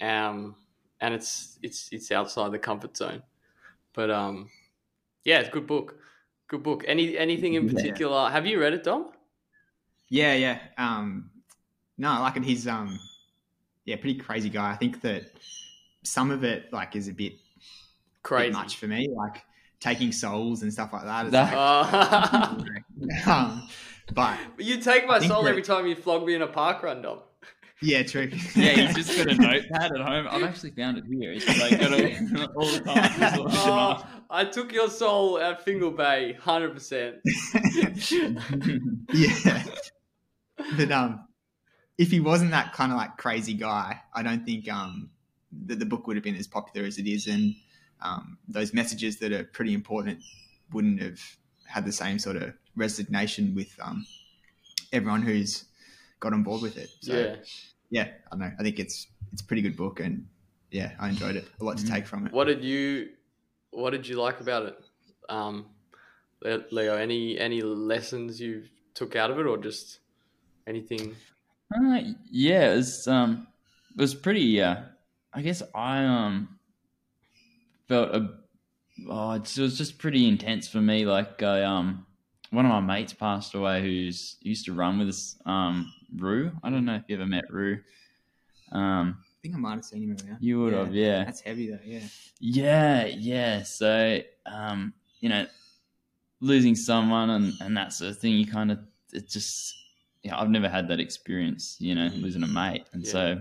Speaker 3: um, and it's it's it's outside the comfort zone. But um, yeah, it's a good book, good book. Any anything in
Speaker 2: Yeah.
Speaker 3: particular? Have you read it, Dom?
Speaker 1: Yeah, yeah. Um, no, I like it. He's um, yeah, pretty crazy guy. I think that some of it like is a bit, bit
Speaker 3: Crazy.
Speaker 1: much for me, like taking souls and stuff like that. It's
Speaker 2: That-
Speaker 3: Uh,
Speaker 1: like, um, but
Speaker 3: you take my
Speaker 1: I think
Speaker 3: soul
Speaker 1: that-
Speaker 3: every time you flog me in a park run, Dom.
Speaker 1: yeah, true.
Speaker 2: Yeah, he's just got a notepad at home. I've actually found it here. It's like got a, all the time. Just look him
Speaker 3: Oh,
Speaker 2: up.
Speaker 3: I took your soul at Fingal Bay, hundred percent. Oh.
Speaker 1: yeah. But um, if he wasn't that kind of like crazy guy, I don't think um, that the book would have been as popular as it is, and um, those messages that are pretty important wouldn't have had the same sort of resignation with um, everyone who's got on board with it. So yeah,
Speaker 3: yeah.
Speaker 1: I don't know. I think it's it's a pretty good book, and yeah, I enjoyed it. A lot to
Speaker 2: Mhm.
Speaker 1: take from it.
Speaker 3: What did you What did you like about it, um, Le- Leo? Any any lessons you took out of it, or just anything?
Speaker 2: Uh, yeah, it's um, it was pretty. Uh, I guess I um felt a. Oh, it's, it was just pretty intense for me. Like I um, one of my mates passed away who's who used to run with us. Um, Rue. I don't know if you ever met Rue. Um,
Speaker 1: I think I might have seen him around.
Speaker 2: you would
Speaker 1: Yeah.
Speaker 2: have, yeah.
Speaker 1: That's heavy though. Yeah.
Speaker 2: Yeah, yeah. So, um, you know, losing someone and, and that sort of thing, you kind of, it just, you know, I've never had that experience, you know,
Speaker 3: Mhm.
Speaker 2: losing a mate. And so,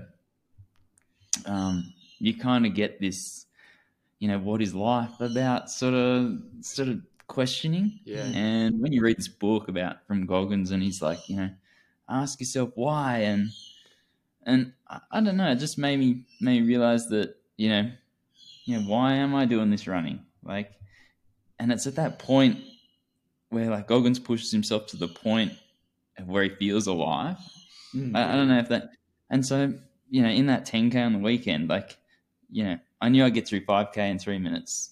Speaker 2: um, you kind of get this, you know, what is life about sort of, sort of questioning.
Speaker 3: Yeah.
Speaker 2: And when you read this book about from Goggins and he's like, you know, ask yourself why and, and I, I don't know, it just made me, made me realize that, you know, you know, why am I doing this running? Like, and it's at that point where like Goggins pushes himself to the point of where he feels alive.
Speaker 1: Uh,
Speaker 2: I, I don't know if that, and so, you know, in that 10K on the weekend, like, you know, I knew I'd get through 5K in three minutes,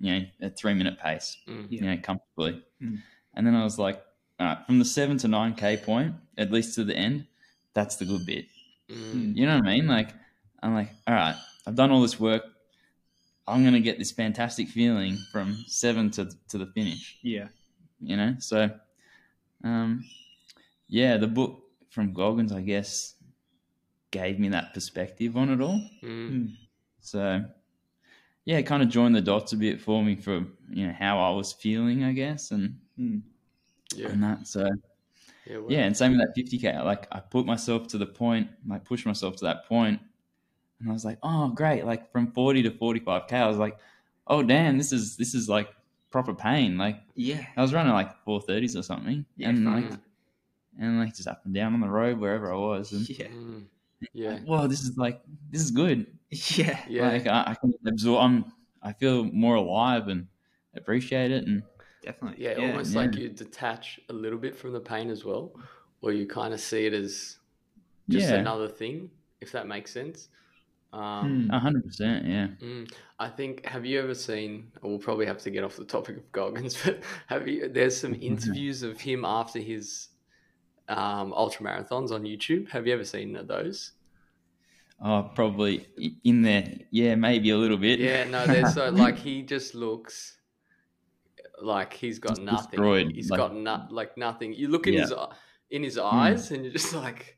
Speaker 2: you know, at three minute pace,
Speaker 3: Mm.
Speaker 1: Yeah.
Speaker 2: you know, comfortably.
Speaker 1: Mm.
Speaker 2: And then I was like, all right, from the seven to 9K point, at least to the end, that's the good bit.
Speaker 3: Mm.
Speaker 2: You know what I mean? Like, I'm like, all right, I've done all this work. I'm gonna get this fantastic feeling from seven to to the finish.
Speaker 1: Yeah.
Speaker 2: You know, so, um, yeah, the book from Goggins, I guess, gave me that perspective on it all.
Speaker 3: Mm.
Speaker 1: Mm.
Speaker 2: So, yeah, it kind of joined the dots a bit for me for you know how I was feeling, I guess, and
Speaker 1: Mm.
Speaker 3: Yeah.
Speaker 2: and that. So,
Speaker 3: Yeah. well,
Speaker 2: yeah, and same with that 50k. Like I put myself to the point, like pushed myself to that point, and I was like, oh great! Like from 40 to 45k, I was like, oh damn, this is this is like proper pain. Like
Speaker 1: Yeah.
Speaker 2: I was running like 430s or something,
Speaker 1: Yeah,
Speaker 3: mm,
Speaker 2: and
Speaker 1: fuck.
Speaker 2: like and like just up and down on the road wherever I was, and
Speaker 1: Yeah.
Speaker 3: Mm. Yeah.
Speaker 2: like, whoa, this is like this is good.
Speaker 1: Yeah.
Speaker 3: Yeah.
Speaker 2: Like I, I can absorb. I'm I feel more alive and appreciate it, and
Speaker 1: Definitely.
Speaker 3: yeah, Almost
Speaker 2: yeah.
Speaker 3: like you detach a little bit from the pain as well, or you kind of see it as just
Speaker 2: yeah,
Speaker 3: another thing, if that makes sense. Um,
Speaker 1: Mm.
Speaker 2: hundred percent, yeah.
Speaker 3: Mm, I think. Have you ever seen? We'll probably have to get off the topic of Goggins, but have you? There's some interviews of him after his um, ultra marathons on YouTube. Have you ever seen those?
Speaker 2: Oh, probably i- in there. Yeah, maybe a little bit.
Speaker 3: Yeah, no. They're so like he just looks like he's got
Speaker 2: He's
Speaker 3: nothing.
Speaker 2: destroyed,
Speaker 3: He's
Speaker 2: like-
Speaker 3: got not like nothing. You look in
Speaker 2: Yeah. Hmm.
Speaker 3: his his in his eyes, and you're just like,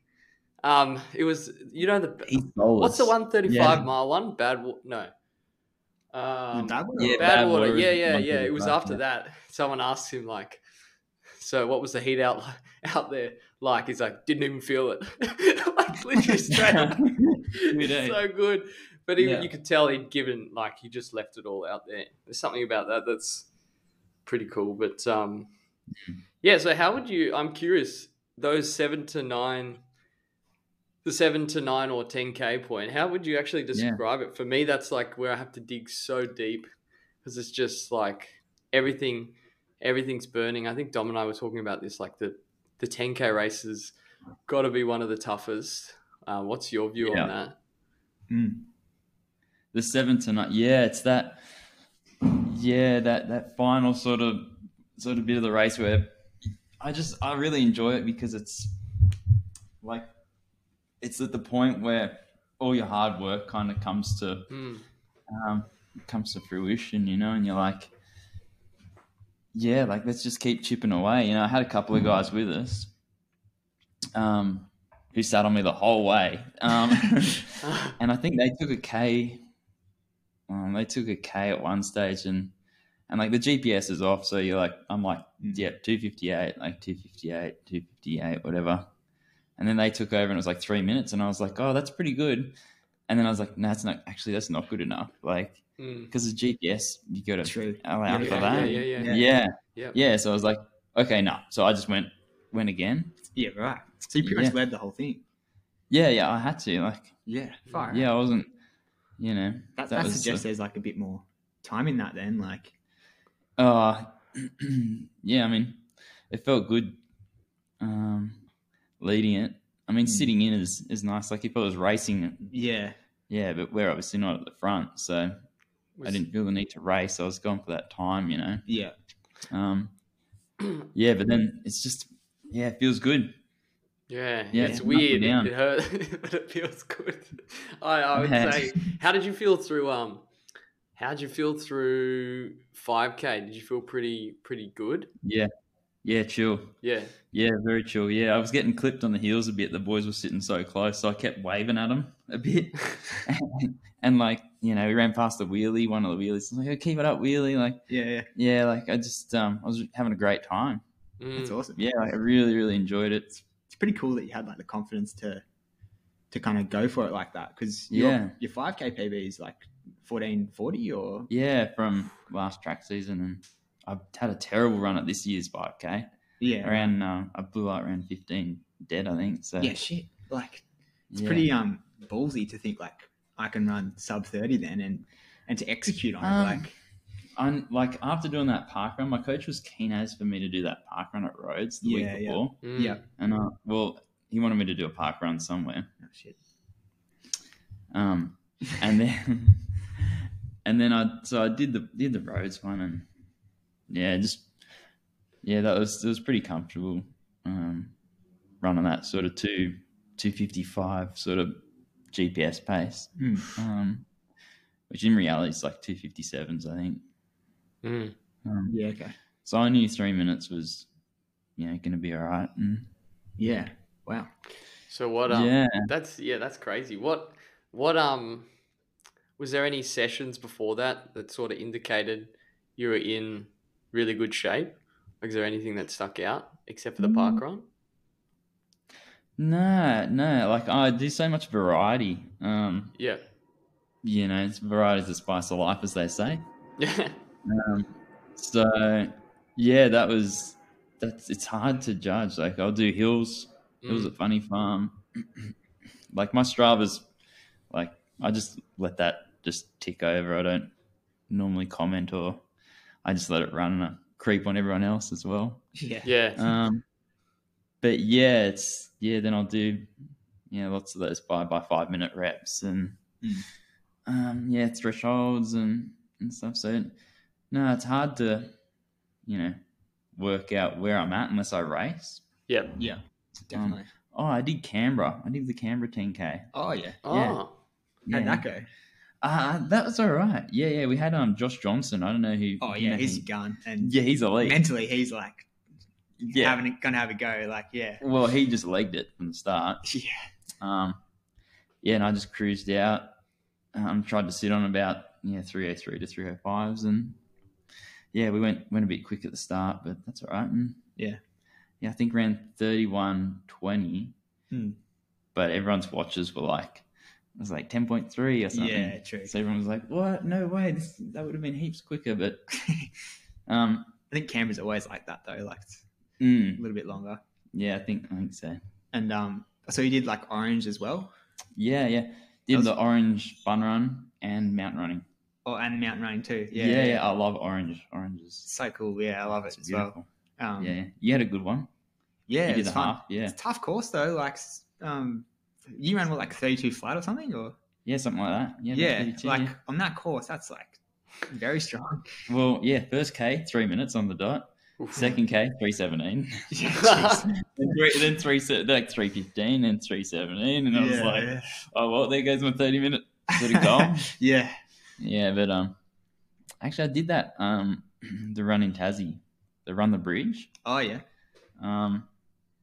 Speaker 3: um, it was you know the
Speaker 2: He's soulless.
Speaker 3: what's the 135
Speaker 2: Yeah.
Speaker 3: mile one? Bad Wa- no. Um,
Speaker 1: That would-
Speaker 2: yeah.
Speaker 3: bad,
Speaker 2: Bad
Speaker 3: water.
Speaker 2: water
Speaker 3: Yeah,
Speaker 2: is
Speaker 3: yeah,
Speaker 2: one
Speaker 3: yeah.
Speaker 2: thing
Speaker 3: It was
Speaker 2: about
Speaker 3: after that. Someone asked him like, "So what was the heat out out there like?" He's like, "Didn't even feel it." like literally straight. up.
Speaker 2: Good, eh?
Speaker 3: so good, but he,
Speaker 2: Yeah.
Speaker 3: you could tell he'd given like he just left it all out there. There's something about that that's pretty cool. But um, yeah. So how would you? I'm curious. Those seven to nine. The seven to nine or ten k point. How would you actually describe it? For me, that's like where I have to dig so deep because it's just like everything everything's burning i think dom and i were talking about this like the the 10k races got to be one of the toughest uh, what's your view
Speaker 2: Yeah.
Speaker 3: on that
Speaker 1: Mm.
Speaker 2: The seven to nine. Yeah, it's that. yeah, that that final sort of sort of bit of the race where I just I really enjoy it because it's like it's at the point where all your hard work kind of comes to
Speaker 3: Mm.
Speaker 2: um, comes to fruition, you know, and you're like, yeah, like let's just keep chipping away. You know, I had a couple of guys with us, um, who sat on me the whole way, um,
Speaker 3: Hmm.
Speaker 2: and I think they took a K, um, they took a K at one stage, and and like the GPS is off, so you're like, I'm like,
Speaker 1: mm,
Speaker 2: yeah, two fifty eight, like two fifty eight, two fifty eight, whatever. And then they took over, and it was like three minutes, and I was like, oh, that's pretty good. And then I was like, no, that's not actually that's not good enough. Like
Speaker 3: Mm.
Speaker 2: because of GPS, you got to
Speaker 1: True.
Speaker 2: allow
Speaker 1: Yeah,
Speaker 2: for
Speaker 3: yeah,
Speaker 2: that.
Speaker 3: yeah, yeah,
Speaker 2: yeah.
Speaker 1: yeah.
Speaker 3: Yep.
Speaker 2: Yeah, So I was like, okay, no. So I just went went again.
Speaker 1: Yeah, right. So you pretty much led the whole thing.
Speaker 2: Yeah, yeah. I had to like,
Speaker 1: Yeah, fire.
Speaker 2: yeah. I wasn't, you know,
Speaker 1: that,
Speaker 2: that
Speaker 1: that,
Speaker 2: was uh, the-
Speaker 1: suggests there's like a bit more time in that. Then, like,
Speaker 2: uh yeah. I mean, it felt good um leading it. I mean,
Speaker 1: Mm.
Speaker 2: sitting in is is nice. Like if I was racing,
Speaker 1: yeah,
Speaker 2: yeah, but we're obviously not at the front, so I
Speaker 3: Was-
Speaker 2: didn't feel the need to race. I was going for that time, you know.
Speaker 1: yeah,
Speaker 2: Um, yeah, but then it's just yeah, it feels good.
Speaker 3: Yeah,
Speaker 2: Yeah,
Speaker 3: it's
Speaker 2: knock
Speaker 3: weird.
Speaker 2: it down.
Speaker 3: It, it hurt, but it feels good. I, I would
Speaker 2: Yeah.
Speaker 3: say. How did you feel through? Um, how did you feel through five k? Did you feel pretty pretty good?
Speaker 2: Yeah, yeah, chill.
Speaker 3: Yeah.
Speaker 2: Yeah, very chill. Yeah, I was getting clipped on the heels a bit. The boys were sitting so close, so I kept waving at them a bit. and, like you know, we ran past the wheelie, one of the wheelies. I was like, oh, keep it up, wheelie. Like
Speaker 1: yeah, yeah.
Speaker 2: yeah, like I just um, I was having a great time.
Speaker 3: Mm.
Speaker 1: That's awesome.
Speaker 2: Yeah, like, I really, really enjoyed it.
Speaker 1: it's pretty cool that you had like the confidence to to kind of go for it like that because your,
Speaker 2: Yeah.
Speaker 1: your 5k pb is like 1440 or
Speaker 2: Yeah, from last track season, and I've had a terrible run at this year's 5K.
Speaker 1: yeah
Speaker 2: Around uh, I blew out around 15 dead, I think. So
Speaker 1: yeah shit like it's
Speaker 2: yeah.
Speaker 1: pretty um ballsy to think like i can run sub 30 then and and to execute on
Speaker 2: Um,
Speaker 1: it like
Speaker 2: i like after doing that park run, my coach was keen as for me to do that park run at Rhodes the
Speaker 1: Yeah,
Speaker 2: week
Speaker 1: yeah.
Speaker 2: before,
Speaker 3: Mm.
Speaker 1: yeah.
Speaker 2: and uh, well, he wanted me to do a park run somewhere,
Speaker 1: oh, shit
Speaker 2: um, and then and then I so I did the did the Rhodes one, and yeah, just yeah, that was it was pretty comfortable um, running that sort of two two fifty five sort of GPS pace,
Speaker 1: Mm.
Speaker 2: um, which in reality is like two fifty sevens, I think.
Speaker 3: Mm.
Speaker 2: Um,
Speaker 1: yeah okay
Speaker 2: So I knew three minutes was, you know, going to be all right. And,
Speaker 1: yeah wow
Speaker 3: So what? Um,
Speaker 2: yeah,
Speaker 3: That's yeah. That's crazy. What? What? Um, was there any sessions before that that sort of indicated you were in really good shape? Is there anything that stuck out except for the
Speaker 2: Mm.
Speaker 3: park run?
Speaker 2: no, no. Like I do so much variety. Um,
Speaker 3: Yeah.
Speaker 2: you know, it's variety's the spice of life, as they say.
Speaker 3: Yeah.
Speaker 2: Um, so yeah, that was that's. It's hard to judge. Like I'll do hills.
Speaker 3: Mm.
Speaker 2: Hills at Funny Farm. like my Strava's, like I just let that just tick over. I don't normally comment or I just let it run and I creep on everyone else as well.
Speaker 1: yeah
Speaker 3: yeah.
Speaker 2: Um, but yeah, it's yeah. Then I'll do yeah lots of those five by five minute reps and
Speaker 1: Mm.
Speaker 2: um, yeah thresholds and and stuff. So no, it's hard to you know work out where I'm at unless I race.
Speaker 3: yeah.
Speaker 1: yeah
Speaker 2: Um,
Speaker 1: definitely
Speaker 2: Oh, I did Canberra. I did the Canberra 10k.
Speaker 1: oh yeah
Speaker 3: Oh.
Speaker 1: how'd
Speaker 2: Yeah.
Speaker 1: that go
Speaker 2: Uh, that was all right. Yeah, yeah. We had um Josh Johnson. I don't know who.
Speaker 1: oh
Speaker 2: you
Speaker 1: yeah
Speaker 2: know,
Speaker 1: he's
Speaker 2: he-
Speaker 1: gone and
Speaker 2: yeah, he's elite.
Speaker 1: mentally he's like
Speaker 2: yeah.
Speaker 1: having gonna have a go like yeah
Speaker 2: well, he just legged it from the start.
Speaker 1: yeah
Speaker 2: Um, yeah, and I just cruised out. Um, tried to sit on about yeah three oh three to three oh fives, and yeah, we went went a bit quick at the start, but that's all right. And
Speaker 1: Yeah.
Speaker 2: yeah, I think ran thirty one twenty,
Speaker 1: Hmm.
Speaker 2: but everyone's watches were like it was like ten point three or something.
Speaker 1: yeah true
Speaker 2: So everyone was like, "What? No way! This that would have been heaps quicker." But um,
Speaker 1: i think canberra's always like that though like it's
Speaker 2: mm,
Speaker 1: a little bit longer
Speaker 2: yeah, I think I think so.
Speaker 1: And um, so you did like orange as well,
Speaker 2: Yeah, yeah. Did
Speaker 1: was-
Speaker 2: the orange fun run and mountain running.
Speaker 1: oh, and mountain running too.
Speaker 2: Yeah,
Speaker 1: Yeah,
Speaker 2: yeah, I love orange. Oranges.
Speaker 1: So cool. Yeah, I love it
Speaker 2: It's
Speaker 1: as
Speaker 2: beautiful.
Speaker 1: well. Um,
Speaker 2: yeah, yeah. you had a good one.
Speaker 1: yeah,
Speaker 2: you did
Speaker 1: it's
Speaker 2: the
Speaker 1: fun.
Speaker 2: half. Yeah,
Speaker 1: It's a tough course though. Like, s- um, you ran what like thirty-two flat or something, or
Speaker 2: yeah, something like that. Yeah,
Speaker 1: yeah,
Speaker 2: that's pretty chill,
Speaker 1: like
Speaker 2: yeah.
Speaker 1: on that course, that's like Very strong.
Speaker 2: Well, yeah, first K, three minutes on the dot. Second K, three seventeen. then three, then three, se- like three fifteen, and three seventeen, and I was
Speaker 1: Yeah,
Speaker 2: like,
Speaker 1: yeah.
Speaker 2: oh well, there goes my thirty minute sort of goal.
Speaker 1: yeah.
Speaker 2: yeah, but um, actually, I did that um, the run in Tassie, the run the bridge.
Speaker 1: Oh yeah.
Speaker 2: Um,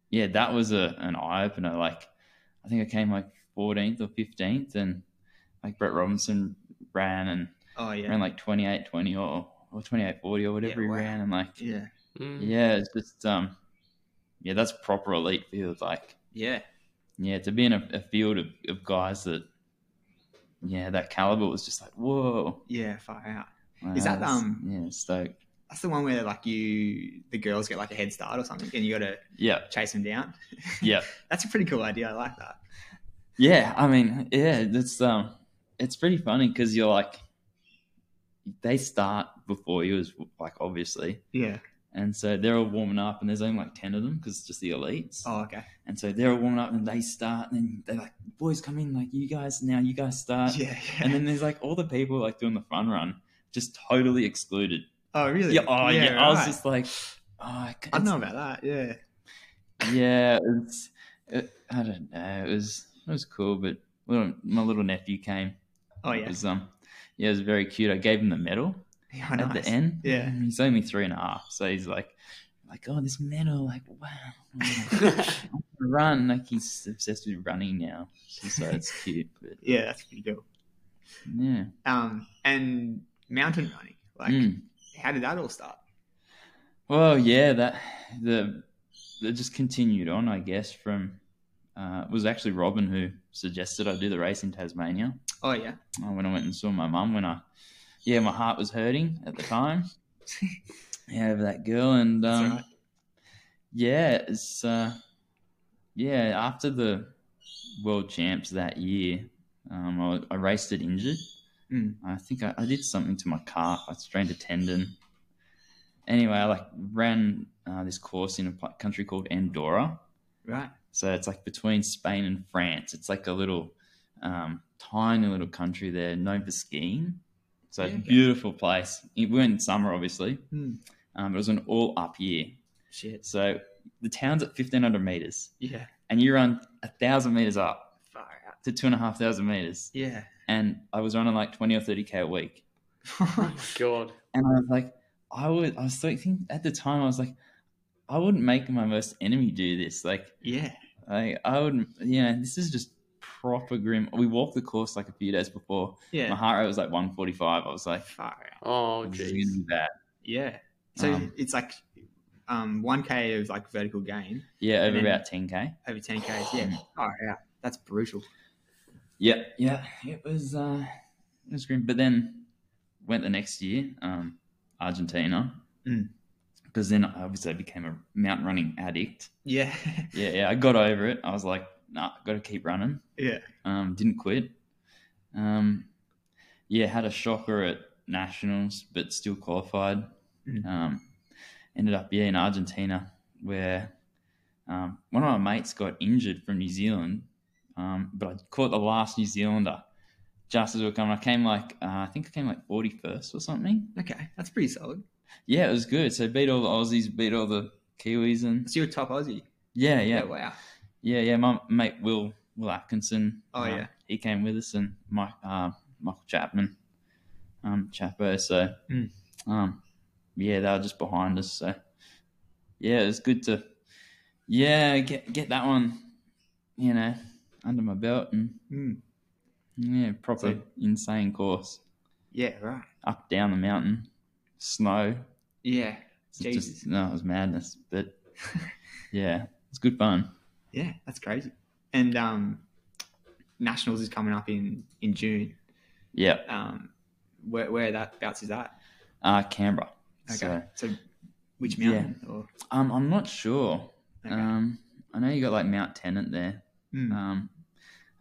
Speaker 2: yeah, that was a an eye opener. Like, I think I came like fourteenth or fifteenth, and like Brett Robinson ran and
Speaker 1: Oh yeah.
Speaker 2: ran like twenty eight twenty or or twenty eight forty or whatever
Speaker 1: Yeah,
Speaker 2: he
Speaker 1: wow.
Speaker 2: ran, and like.
Speaker 1: Yeah.
Speaker 3: Mm.
Speaker 2: Yeah, it's just um, yeah, that's proper elite field. Like,
Speaker 1: Yeah.
Speaker 2: yeah, to be in a, a field of, of guys that, yeah, that caliber was just like, whoa.
Speaker 1: Yeah. Far out.
Speaker 2: Wow,
Speaker 1: Is that,
Speaker 2: that's-
Speaker 1: um,
Speaker 2: Yeah, stoked.
Speaker 1: That's the one where like you the girls get like a head start or something, and you got to
Speaker 2: Yeah,
Speaker 1: chase them down.
Speaker 2: yeah,
Speaker 1: That's a pretty cool idea. I like that.
Speaker 2: yeah. I mean, yeah, that's um, it's pretty funny because you're like, they start before you is like obviously,
Speaker 1: Yeah.
Speaker 2: and so they're all warming up, and there's only like ten of them because it's just the elites.
Speaker 1: Oh okay.
Speaker 2: And so they're all warming up, and they start, and then they're like, boys, come in, like you guys now, you guys start.
Speaker 1: Yeah. yeah.
Speaker 2: Uh, And then there's like all the people like doing the fun run, just totally excluded.
Speaker 1: oh really?
Speaker 2: Yeah, oh, yeah. I was
Speaker 1: right.
Speaker 2: just like, oh, I, c-
Speaker 1: I don't know about that. Yeah.
Speaker 2: Yeah, it's, it, I don't know. It was it was cool, but little, my little nephew came.
Speaker 1: Oh
Speaker 2: It
Speaker 1: yeah.
Speaker 2: was um, yeah, it was very cute. I gave him the medal
Speaker 1: yeah
Speaker 2: at
Speaker 1: nice.
Speaker 2: the end. Mm,
Speaker 1: Yeah.
Speaker 2: he's only three and a half, so he's like, like oh, this medal, like wow. Run like he's obsessed with running now, so it's cute. But
Speaker 1: Yeah, that's pretty cool.
Speaker 2: yeah,
Speaker 1: Um, and mountain running. Like,
Speaker 2: Mm.
Speaker 1: how did that all start?
Speaker 2: Well, yeah, that the that just continued on, I guess. From uh, it was actually Robin who suggested I do the race in Tasmania
Speaker 1: Oh yeah.
Speaker 2: uh, when I went and saw my mum. When I, yeah, my heart was hurting at the time. yeah, over that girl, and
Speaker 1: That's
Speaker 2: um,
Speaker 1: right.
Speaker 2: yeah, it's uh, yeah. After the world champs that year, um, I, wa- I raced it injured.
Speaker 1: Mm.
Speaker 2: I think I, I did something to my calf. I strained a tendon. Anyway, I like ran uh, this course in a pl- country called Andorra.
Speaker 1: Right.
Speaker 2: So it's like between Spain and France. It's like a little um, tiny little country there, known for skiing. So
Speaker 1: Yeah.
Speaker 2: beautiful place. It, we went in summer, obviously.
Speaker 1: Mm.
Speaker 2: Um, it was an all up year.
Speaker 1: Shit.
Speaker 2: So the town's at 1500 meters,
Speaker 1: Yeah.
Speaker 2: and you run a thousand meters up
Speaker 1: Far out.
Speaker 2: to two and a half thousand meters.
Speaker 1: Yeah.
Speaker 2: And I was running like 20 or 30k a week.
Speaker 3: Oh my god.
Speaker 2: And I was like, I would, I was thinking at the time, I was like, I wouldn't make my worst enemy do this. Like,
Speaker 1: yeah.
Speaker 2: I, I wouldn't, you know, this is just proper grim. We walked the course like a few days before.
Speaker 1: Yeah.
Speaker 2: My heart rate was like 145. I was like,
Speaker 1: Far out.
Speaker 3: Oh
Speaker 2: this is
Speaker 3: jeez.
Speaker 2: gonna be bad.
Speaker 1: Yeah. So
Speaker 2: Um,
Speaker 1: it's like um, 1K of like vertical gain
Speaker 2: Yeah,
Speaker 1: And
Speaker 2: over
Speaker 1: then-
Speaker 2: about 10k.
Speaker 1: over 10Ks. Yeah. Far out. That's brutal.
Speaker 2: Yeah, yeah, it was uh, it was grim. But then went the next year, um, Argentina,
Speaker 1: Mm.
Speaker 2: because then I obviously became a mountain running addict.
Speaker 1: Yeah.
Speaker 2: Yeah, yeah, I got over it. I was like, nah, got to keep running.
Speaker 1: yeah.
Speaker 2: Um, didn't quit. Um, yeah, had a shocker at nationals, but still qualified.
Speaker 1: Mm.
Speaker 2: Um, ended up yeah in Argentina, where um, one of my mates got injured from New Zealand, um, but I caught the last New Zealander just as we were coming. I came like uh, I think I came like forty first or something.
Speaker 1: Okay. That's pretty solid.
Speaker 2: Yeah, it was good. So beat all the Aussies, beat all the Kiwis, and
Speaker 1: So you're a top Aussie. Oh,
Speaker 2: yeah, yeah,
Speaker 1: wow.
Speaker 2: yeah, yeah. My mate Will Will Atkinson.
Speaker 1: Oh,
Speaker 2: uh,
Speaker 1: yeah.
Speaker 2: he came with us, and Mike uh, Michael Chapman, um, Chapo. So,
Speaker 1: Mm.
Speaker 2: um, yeah, they were just behind us. So, yeah, it was good to, yeah, get get that one, you know, under my belt, and
Speaker 1: Mm.
Speaker 2: yeah, proper
Speaker 1: So-
Speaker 2: insane course
Speaker 1: Yeah. Right.
Speaker 2: up down the mountain, snow.
Speaker 1: Yeah.
Speaker 2: It's just-
Speaker 1: Jesus.
Speaker 2: no, it was madness, but yeah, it's good fun.
Speaker 1: Yeah. That's crazy. And um, Nationals is coming up in, in June.
Speaker 2: Yeah,
Speaker 1: um, where, where that bouts is that?
Speaker 2: uh, Canberra.
Speaker 1: Okay.
Speaker 2: So,
Speaker 1: So, which
Speaker 2: Yeah.
Speaker 1: mountain? Or,
Speaker 2: Um, I'm not sure.
Speaker 1: okay.
Speaker 2: Um, I know you got like Mount Tennant there.
Speaker 1: Hmm.
Speaker 2: Um,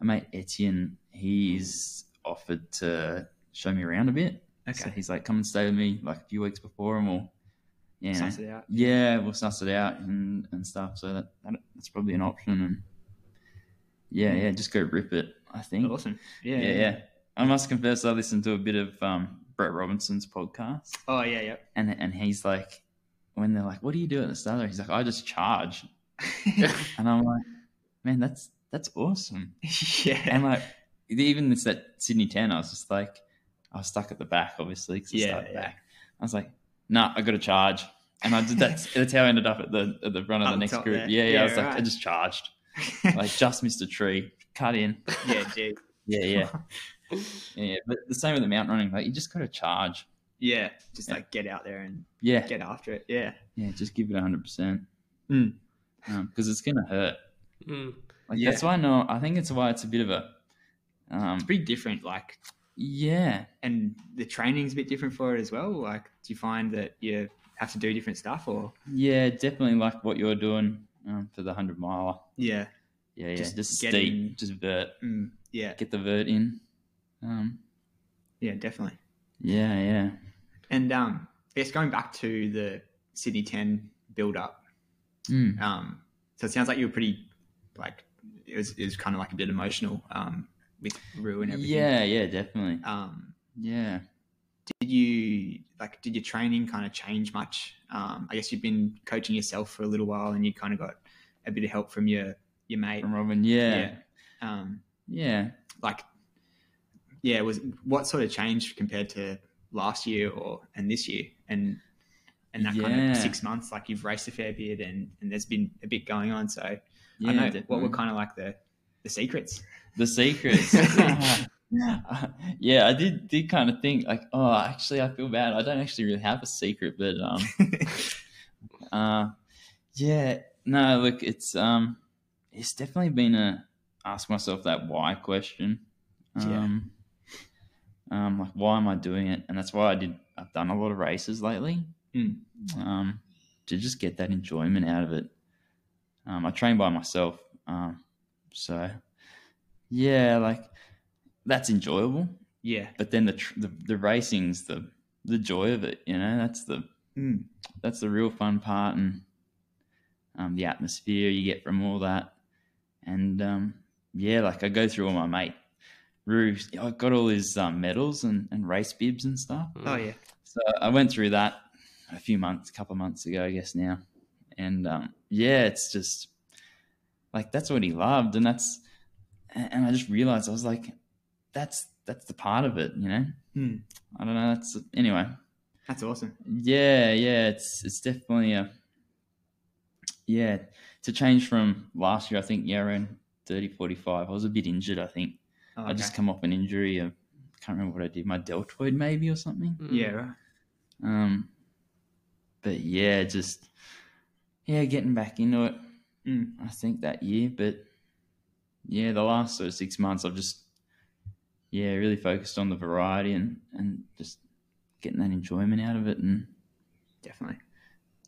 Speaker 2: my mate Etienne, he's offered to show me around a bit. So
Speaker 1: okay.
Speaker 2: he's like, come and stay with me like a few weeks before, and we'll, yeah,
Speaker 1: Suss it out.
Speaker 2: yeah, we'll suss it out and, and stuff. So that, that that's probably an option. And yeah, yeah, just go rip it. I think.
Speaker 1: Hmm. Awesome. Yeah.
Speaker 2: Yeah, yeah. I must confess, I listened to a bit of um, Brett Robinson's podcast,
Speaker 1: Oh yeah, yeah.
Speaker 2: and and he's like, when they're like, "What do you do at the start?" He's like, "I just charge," and I'm like, "Man, that's that's awesome."
Speaker 1: yeah.
Speaker 2: And like, even it's that Sydney ten, I was just like, I was stuck at the back, obviously, because I
Speaker 1: Yeah,
Speaker 2: yeah, started
Speaker 1: yeah.
Speaker 2: back. I was like, nah, I got to charge, and I did. That's that's how I ended up at the at the run of
Speaker 1: Up
Speaker 2: the next
Speaker 1: top
Speaker 2: group.
Speaker 1: there.
Speaker 2: Yeah, yeah,
Speaker 1: Yeah,
Speaker 2: I was like,
Speaker 1: right.
Speaker 2: I just charged, like just missed a tree, cut in.
Speaker 1: yeah, gee.
Speaker 2: Yeah, yeah, yeah. yeah. But the same with the mountain running, like you just got to charge.
Speaker 1: Yeah. Just
Speaker 2: Yeah.
Speaker 1: like get out there and
Speaker 2: Yeah,
Speaker 1: get after it. Yeah.
Speaker 2: yeah, just give it hundred percent, because
Speaker 1: Mm.
Speaker 2: it's gonna hurt.
Speaker 3: Mm.
Speaker 2: Like
Speaker 1: Yeah.
Speaker 2: that's why I know. I think it's why it's a bit of a, um,
Speaker 1: It's pretty different, like
Speaker 2: yeah.
Speaker 1: and the training's a bit different for it as well. Like do you find that you have to do different stuff or
Speaker 2: Yeah, definitely like what you're doing um, for the hundred miler.
Speaker 1: yeah.
Speaker 2: Yeah, yeah,
Speaker 1: Just
Speaker 2: just,
Speaker 1: get
Speaker 2: steep,
Speaker 1: in.
Speaker 2: just vert,
Speaker 1: Mm, yeah.
Speaker 2: get the vert in. Um,
Speaker 1: Yeah, definitely.
Speaker 2: yeah, yeah,
Speaker 1: And um I guess going back to the Sydney ten build up,
Speaker 2: Mm.
Speaker 1: Um, so it sounds like you were pretty, like, it was, it was kind of like a bit emotional um, with Rue and everything.
Speaker 2: yeah, yeah, definitely.
Speaker 1: Um,
Speaker 2: Yeah,
Speaker 1: did you, like, did your training kind of change much? Um, I guess you've been coaching yourself for a little while and you kind of got a bit of help from your, your mate.
Speaker 2: from Robin. Yeah,
Speaker 1: Yeah. Um,
Speaker 2: yeah,
Speaker 1: like, yeah, was what sort of changed compared to last year or and this year and and that kind
Speaker 2: Yeah.
Speaker 1: of six months like you've raced a fair bit and and there's been a bit going on so
Speaker 2: yeah.
Speaker 1: I know what
Speaker 2: definitely.
Speaker 1: were kind of like the the secrets.
Speaker 2: the secrets. yeah, I did did kind of think like, oh, actually, I feel bad. I don't actually really have a secret, but um, uh, yeah, no, look, it's um, it's definitely been a ask myself that why question.
Speaker 1: Yeah.
Speaker 2: Um, um, like why am I doing it? And that's why I did. I've done a lot of races lately.
Speaker 1: Mm.
Speaker 2: Um, to just get that enjoyment out of it. Um, I train by myself. Um, so yeah, like that's enjoyable.
Speaker 1: yeah.
Speaker 2: But then the tr- the, the racing's the the joy of it. You know, that's the
Speaker 1: Mm.
Speaker 2: that's the real fun part and um, the atmosphere you get from all that. And um, yeah, like I go through all my mate Rue's, I got all his um, medals and, and race bibs and stuff.
Speaker 1: Oh yeah.
Speaker 2: So I went through that a few months, a couple of months ago, I guess now. And um, yeah, it's just like that's what he loved, and that's and and I just realized I was like, that's that's the part of it, you know.
Speaker 1: Hmm.
Speaker 2: I don't know. That's anyway.
Speaker 1: That's awesome.
Speaker 2: Yeah, yeah, it's it's definitely a yeah to change from last year. I think yeah around 30, 45. I was a bit injured. I think
Speaker 1: Oh,
Speaker 2: I
Speaker 1: okay.
Speaker 2: just come off an injury. I can't remember what I did. My deltoid maybe or something.
Speaker 3: Mm.
Speaker 1: yeah. Right.
Speaker 2: Um, but yeah, just yeah, getting back into it.
Speaker 1: Mm.
Speaker 2: I think that year, but yeah, the last sort of six months, I've just yeah really focused on the variety and and just getting that enjoyment out of it and.
Speaker 1: Definitely.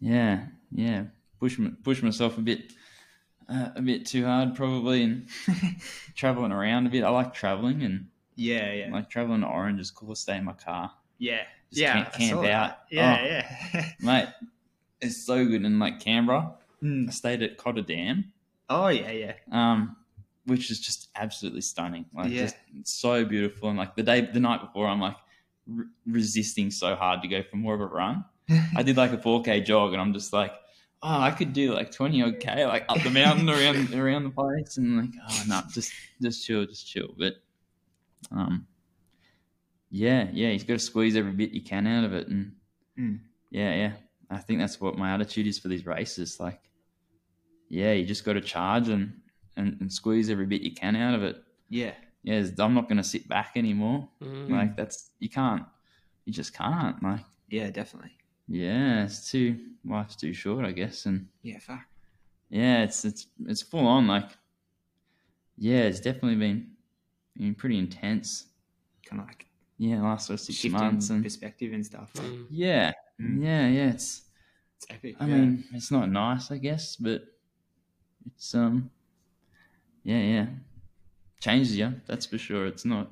Speaker 2: Yeah, yeah. Push m- push myself a bit, uh, a bit too hard probably, and traveling around a bit. I like traveling, and
Speaker 1: Yeah. Yeah.
Speaker 2: like traveling to Orange is cool. Stay in my car,
Speaker 1: yeah.
Speaker 2: Just
Speaker 1: yeah.
Speaker 2: camp-
Speaker 1: I
Speaker 2: camp
Speaker 1: saw that.
Speaker 2: out.
Speaker 1: Yeah.
Speaker 2: Oh.
Speaker 1: Yeah.
Speaker 2: mate. It's so good in like Canberra. I
Speaker 1: Mm.
Speaker 2: stayed at Cotter Dam,
Speaker 1: Oh yeah. Yeah.
Speaker 2: um, which is just absolutely stunning. Like,
Speaker 1: Yeah.
Speaker 2: just so beautiful. And like the day, the night before, I'm like re- resisting so hard to go for more of a run. I did like a 4K jog, and I'm just like, oh, I could do like 20 odd K, like up the mountain around around the place, and like, oh no, just just chill, just chill. But um, yeah, yeah, he's got to squeeze every bit you can out of it, and
Speaker 1: Mm.
Speaker 2: yeah, yeah, I think that's what my attitude is for these races. Like, yeah, you just got to charge and, and and squeeze every bit you can out of it.
Speaker 1: Yeah.
Speaker 2: Yeah, it's- I'm not going to sit back anymore.
Speaker 3: Mm.
Speaker 2: Like that's you can't, you just can't. Like.
Speaker 1: Yeah. Definitely.
Speaker 2: Yeah, it's too life's too short, I guess, and
Speaker 1: Yeah. Fuck.
Speaker 2: yeah, it's it's it's full on. Like, yeah, it's definitely been been pretty intense.
Speaker 1: Kind of like
Speaker 2: Yeah, last sort of six
Speaker 1: shifting
Speaker 2: months, and
Speaker 1: perspective and stuff. Like,
Speaker 3: Mm.
Speaker 2: yeah,
Speaker 1: Mm.
Speaker 2: yeah, yeah. It's
Speaker 1: it's epic.
Speaker 2: I
Speaker 1: yeah.
Speaker 2: mean, it's not nice, I guess, but it's um, yeah, yeah, changes you. That's for sure. It's not.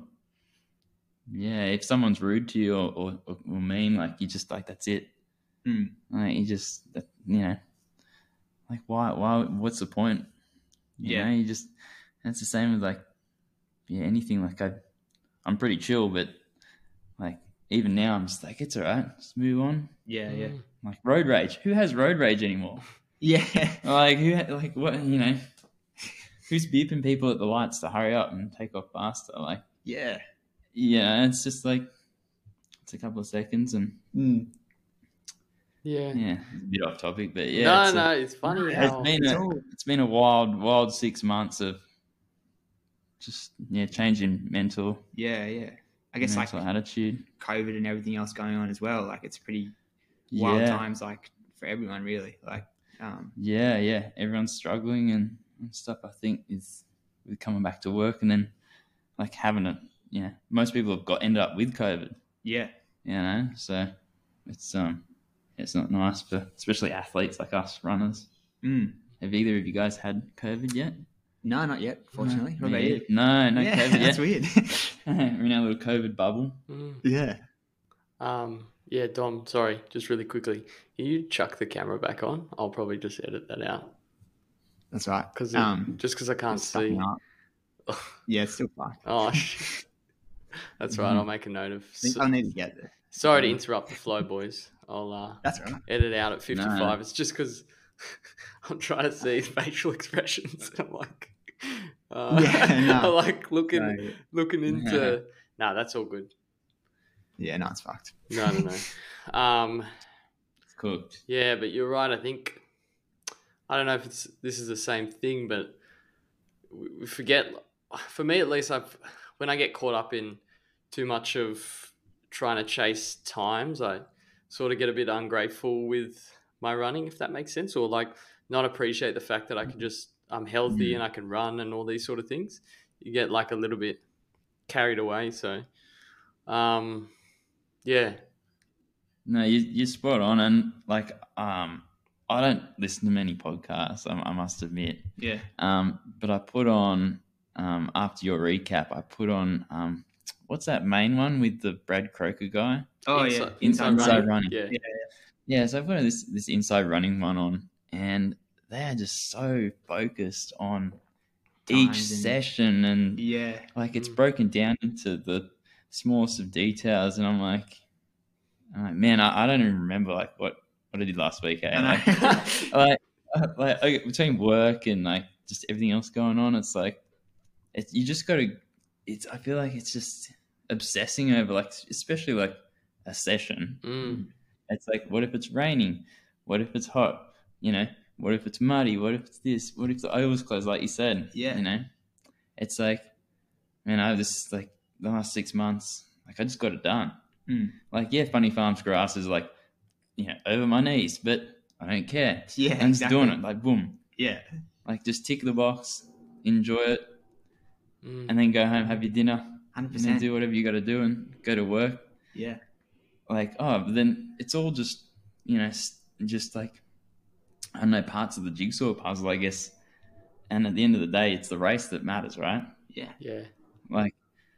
Speaker 2: Yeah, if someone's rude to you or, or, or mean, like you just like that's it.
Speaker 1: Mm.
Speaker 2: Like you just that, you know, like why why what's the point? You
Speaker 1: Yeah.
Speaker 2: know, you just that's the same with like yeah anything. Like I, I'm pretty chill, but like even now I'm just like, it's all right, just move on.
Speaker 4: Yeah, yeah.
Speaker 3: Mm.
Speaker 2: Like road rage. Who has road rage anymore?
Speaker 1: Yeah.
Speaker 2: Like who? ha- Like what? You know, who's beeping people at the lights to hurry up and take off faster? Like
Speaker 1: Yeah.
Speaker 2: yeah, it's just like it's a couple of seconds and
Speaker 1: Mm.
Speaker 3: Yeah.
Speaker 2: yeah, it's a bit off topic, but yeah,
Speaker 3: no,
Speaker 2: it's a-
Speaker 3: no, it's funny.
Speaker 2: it's
Speaker 3: How,
Speaker 2: been
Speaker 1: It's
Speaker 2: a,
Speaker 1: all-
Speaker 2: it's been a wild, wild six months of just yeah, changing mental,
Speaker 1: Yeah, yeah. I guess like
Speaker 2: mental attitude.
Speaker 1: COVID and everything else going on as well. Like it's pretty wild
Speaker 2: yeah,
Speaker 1: times, like for everyone really. Like, um,
Speaker 2: yeah, yeah. Everyone's struggling and, and stuff. I think is with coming back to work and then like having it. Yeah, most people have got ended up with COVID.
Speaker 1: yeah,
Speaker 2: You know, so it's um, it's not nice for especially athletes like us runners.
Speaker 1: mm.
Speaker 2: Have either of you guys had COVID yet?
Speaker 1: no, not yet. Fortunately,
Speaker 2: no,
Speaker 1: what about
Speaker 2: me-
Speaker 1: you?
Speaker 2: No, no
Speaker 1: yeah,
Speaker 2: COVID
Speaker 1: that's
Speaker 2: yet.
Speaker 1: weird.
Speaker 2: We're in our little COVID bubble.
Speaker 3: Mm.
Speaker 1: yeah,
Speaker 3: Um, yeah, Dom, sorry, just really quickly. Can you chuck the camera back on? I'll probably just edit that out
Speaker 1: that's right.
Speaker 3: because
Speaker 1: Um,
Speaker 3: just because I can't
Speaker 1: it's stuck
Speaker 3: see.
Speaker 1: now. yeah, it's still fine.
Speaker 3: Oh, shit. that's right. I'll make a note of.
Speaker 1: I Mm-hmm. think I'll need to get there.
Speaker 3: sorry to interrupt the flow, boys. I'll uh,
Speaker 1: That's all right.
Speaker 3: edit out at
Speaker 2: No.
Speaker 3: 55. It's just because I'm trying to see his facial expressions. I'm like, uh,
Speaker 1: Yeah, no.
Speaker 3: I'm like looking,
Speaker 1: No,
Speaker 3: looking into. nah, that's all good.
Speaker 1: yeah, no, it's fucked.
Speaker 3: No, no, no. Um,
Speaker 2: It's cooked.
Speaker 3: yeah, but you're right. I think I don't know if it's this is the same thing, but we we forget. For me, at least, I've when I get caught up in too much of trying to chase times, I sort of get a bit ungrateful with my running, if that makes sense, or like not appreciate the fact that I can just I'm healthy and I can run and all these sort of things. You get like a little bit carried away. So, um, yeah,
Speaker 2: No, you, you're spot on. And like, um, I don't listen to many podcasts, I, I must admit.
Speaker 1: Yeah,
Speaker 2: Um, but I put on, um, after your recap, I put on, um, what's that main one with the Brad Croker guy?
Speaker 1: oh,
Speaker 3: Inside-
Speaker 1: yeah,
Speaker 3: inside
Speaker 1: inside running.
Speaker 2: Inside running.
Speaker 3: yeah.
Speaker 2: Mm. Yeah, so I've got this this inside running one on, and they are just so focused on each
Speaker 1: Times and-
Speaker 2: session, and
Speaker 1: Yeah,
Speaker 2: like it's
Speaker 3: Mm.
Speaker 2: broken down into the smallest of details, and I'm like, I'm like, man, I, I don't even remember like what what I did last week. Eh?
Speaker 1: I
Speaker 2: Like, like, like okay, between work and like just everything else going on, it's like it's you just got to. It's I feel like it's just obsessing over like especially like a session.
Speaker 3: Mm.
Speaker 2: It's like what if it's raining? What if it's hot? You know, what if it's muddy? What if it's this? What if the oval's closed? Like you said,
Speaker 1: Yeah.
Speaker 2: You know, it's like man, I this like the last six months, like I just got it done.
Speaker 1: Mm.
Speaker 2: Like yeah, funny farms grass is like you know over my knees, but I don't care.
Speaker 1: Yeah,
Speaker 2: I'm just
Speaker 1: exactly.
Speaker 2: doing it. Like boom,
Speaker 1: yeah,
Speaker 2: like just tick the box, enjoy it,
Speaker 3: Mm.
Speaker 2: and then go home, have your dinner,
Speaker 1: hundred
Speaker 2: and then
Speaker 1: percent.
Speaker 2: do whatever you got to do, and go to work.
Speaker 1: Yeah,
Speaker 2: Like oh, but then it's all just you know s- just like I don't know parts of the jigsaw puzzle, I guess. And at the end of the day, it's the race that matters, right?
Speaker 1: yeah,
Speaker 3: Yeah.
Speaker 2: Like,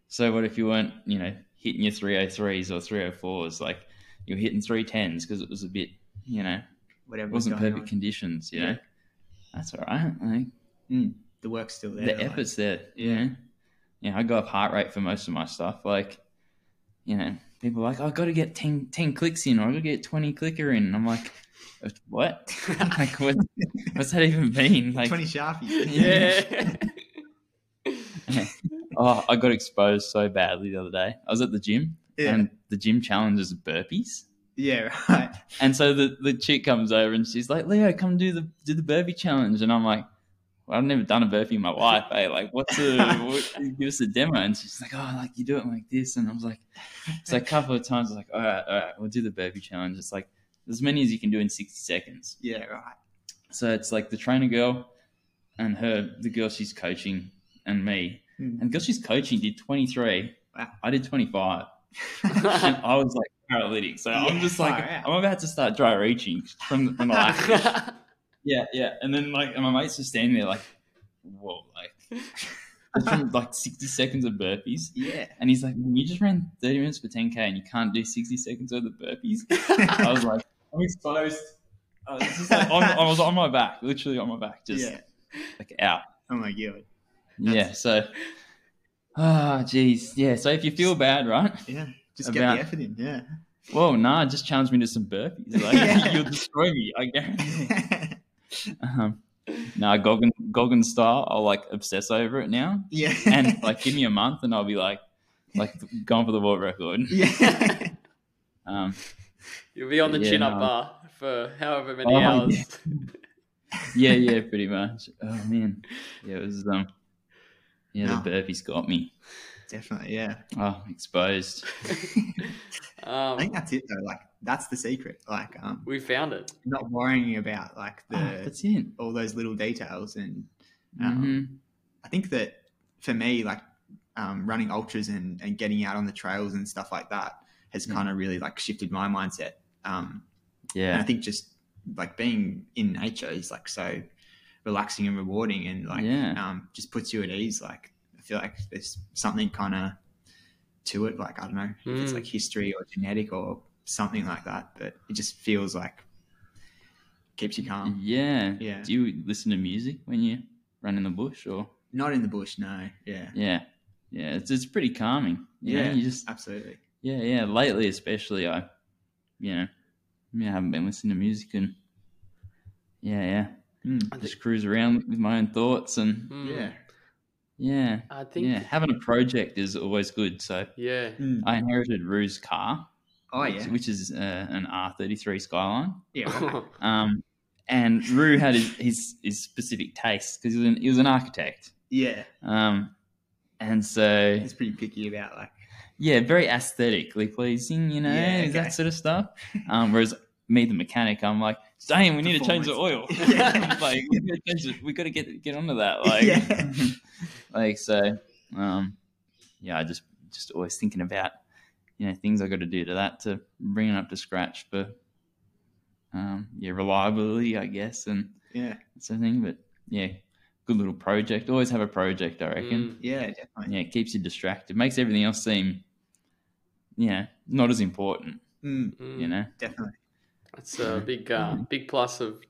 Speaker 2: so what if you weren't, you know, hitting your 303s or 304s? Like, you're hitting 310s because it was a bit, you know, it
Speaker 1: whatever. was
Speaker 2: wasn't
Speaker 1: going
Speaker 2: perfect
Speaker 1: on.
Speaker 2: conditions, you
Speaker 1: Yeah.
Speaker 2: know? That's all right. Like,
Speaker 1: The work's still there.
Speaker 2: the
Speaker 1: like-
Speaker 2: effort's there. You know? Yeah, I go up heart rate for most of my stuff. Like, you know, people are like, I've got to get 10, 10 clicks in or I've got to get 20 clicker in. And I'm like, what? like, what, what's that even mean? Like,
Speaker 1: Twenty sharpies.
Speaker 3: Yeah.
Speaker 2: oh, I got exposed so badly the other day. I was at the gym
Speaker 1: yeah,
Speaker 2: and the gym challenge is burpees.
Speaker 1: yeah, right.
Speaker 2: And so the, the chick comes over and she's like, Leo, come do the do the burpee challenge. And I'm like, well, I've never done a burpee in my life. Hey, like, what's a what, give us a demo? And she's like, oh, like you do it like this. And I was like, so a couple of times, I was like, all right, all right, we'll do the burpee challenge. It's like as many as you can do in 60 seconds.
Speaker 1: Yeah, right.
Speaker 2: So it's like the trainer girl and her, the girl she's coaching, and me.
Speaker 1: Mm.
Speaker 2: And the girl she's coaching did 23.
Speaker 1: Wow.
Speaker 2: I did 25 and I was like paralytic. So I'm
Speaker 1: Yeah,
Speaker 2: just like,
Speaker 1: far out.
Speaker 2: I'm about to start dry reaching from the, from the last. yeah, yeah. And then like, and my mates just standing there like, whoa, like, just from like 60 seconds of burpees.
Speaker 1: Yeah.
Speaker 2: And he's like, you just ran 30 minutes for 10k and you can't do 60 seconds of the burpees. I was like, I'm exposed. I was just like, on, I was on my back, literally on my back, just
Speaker 1: yeah.
Speaker 2: like out.
Speaker 1: Oh my god.
Speaker 2: yeah. So, ah, jeez, yeah. So if you feel bad, right?
Speaker 1: Yeah. Just get
Speaker 2: About-
Speaker 1: the effort in. Yeah.
Speaker 2: Whoa, nah, just challenge me to some burpees. Like, you'll destroy me. I guarantee. Um, nah, Goggin, Goggin style. I'll like obsess over it now,
Speaker 1: yeah.
Speaker 2: and like give me a month, and I'll be like, like going for the world record.
Speaker 1: yeah.
Speaker 2: Um,
Speaker 3: You'll be on the
Speaker 2: Yeah,
Speaker 3: chin up
Speaker 2: no.
Speaker 3: bar for however many
Speaker 2: Oh,
Speaker 3: hours.
Speaker 2: yeah, yeah, pretty much. Oh man, yeah, it was um, yeah,
Speaker 1: Nah.
Speaker 2: the burpees got me.
Speaker 1: Definitely. Yeah.
Speaker 2: Oh, exposed.
Speaker 1: I think
Speaker 3: Um,
Speaker 1: that's it though. Like that's the secret. Like um,
Speaker 3: we found it.
Speaker 1: not worrying about like the
Speaker 2: Oh, that's it.
Speaker 1: all those little details and um,
Speaker 2: hmm
Speaker 1: I think that for me, like um, running ultras and, and getting out on the trails and stuff like that has
Speaker 2: Mm.
Speaker 1: kind of really like shifted my mindset. Um, And I
Speaker 2: Yeah,
Speaker 1: think just like being in nature is like so relaxing and rewarding and like
Speaker 2: Yeah.
Speaker 1: um, just puts you at ease. Like I feel like there's something kind of to it. Like I don't know if it's
Speaker 2: Hmm.
Speaker 3: Mm.
Speaker 1: like history or genetic or something like that, but it just feels like keeps you
Speaker 2: Mm-hmm.
Speaker 1: calm.
Speaker 2: yeah,
Speaker 1: um, yeah.
Speaker 2: Do you listen to music when you run in the bush, or
Speaker 1: Not in the bush, no. Yeah,
Speaker 2: yeah, yeah? It's it's pretty calming. yeah,
Speaker 1: Yeah.
Speaker 2: you just
Speaker 1: absolutely.
Speaker 2: Yeah, yeah. Lately, especially, I, you know, I, mean, I haven't been listening to music and, yeah, yeah.
Speaker 1: Mm,
Speaker 3: I thi-
Speaker 2: Just cruise around with my own thoughts and,
Speaker 3: Mm.
Speaker 1: yeah.
Speaker 2: yeah,
Speaker 3: I think.
Speaker 2: yeah. Having a project is always good. So
Speaker 3: yeah.
Speaker 1: Mm.
Speaker 2: I inherited Rue's car,
Speaker 1: Oh
Speaker 2: which,
Speaker 1: yeah.
Speaker 2: which is uh, an R33 Skyline.
Speaker 1: Yeah. right.
Speaker 2: Um, and Rue had his, his, his specific taste because he, was an- he was an architect.
Speaker 1: Yeah.
Speaker 2: Um, and so,
Speaker 1: He's pretty picky about like
Speaker 2: yeah, very aesthetically pleasing, you know,
Speaker 1: Yeah,
Speaker 2: is
Speaker 1: okay.
Speaker 2: that sort of stuff. Um, whereas me, the mechanic, I'm like, damn, we need to change the oil.
Speaker 1: Yeah.
Speaker 2: like, we gotta change the- we got to get get onto that. Like,
Speaker 1: Yeah.
Speaker 2: like so, um, yeah, I just just always thinking about you know things I got to do to that to bring it up to scratch for um, yeah reliability, I guess, and
Speaker 1: Yeah.
Speaker 2: that sort of thing. But yeah, good little project. Always have a project, I reckon
Speaker 3: Mm.
Speaker 1: Yeah, definitely.
Speaker 2: yeah, it keeps you distracted, makes everything else seem, you know, not as important,
Speaker 1: Mm,
Speaker 3: Mm.
Speaker 2: you know.
Speaker 1: definitely.
Speaker 3: That's a big, uh, big plus of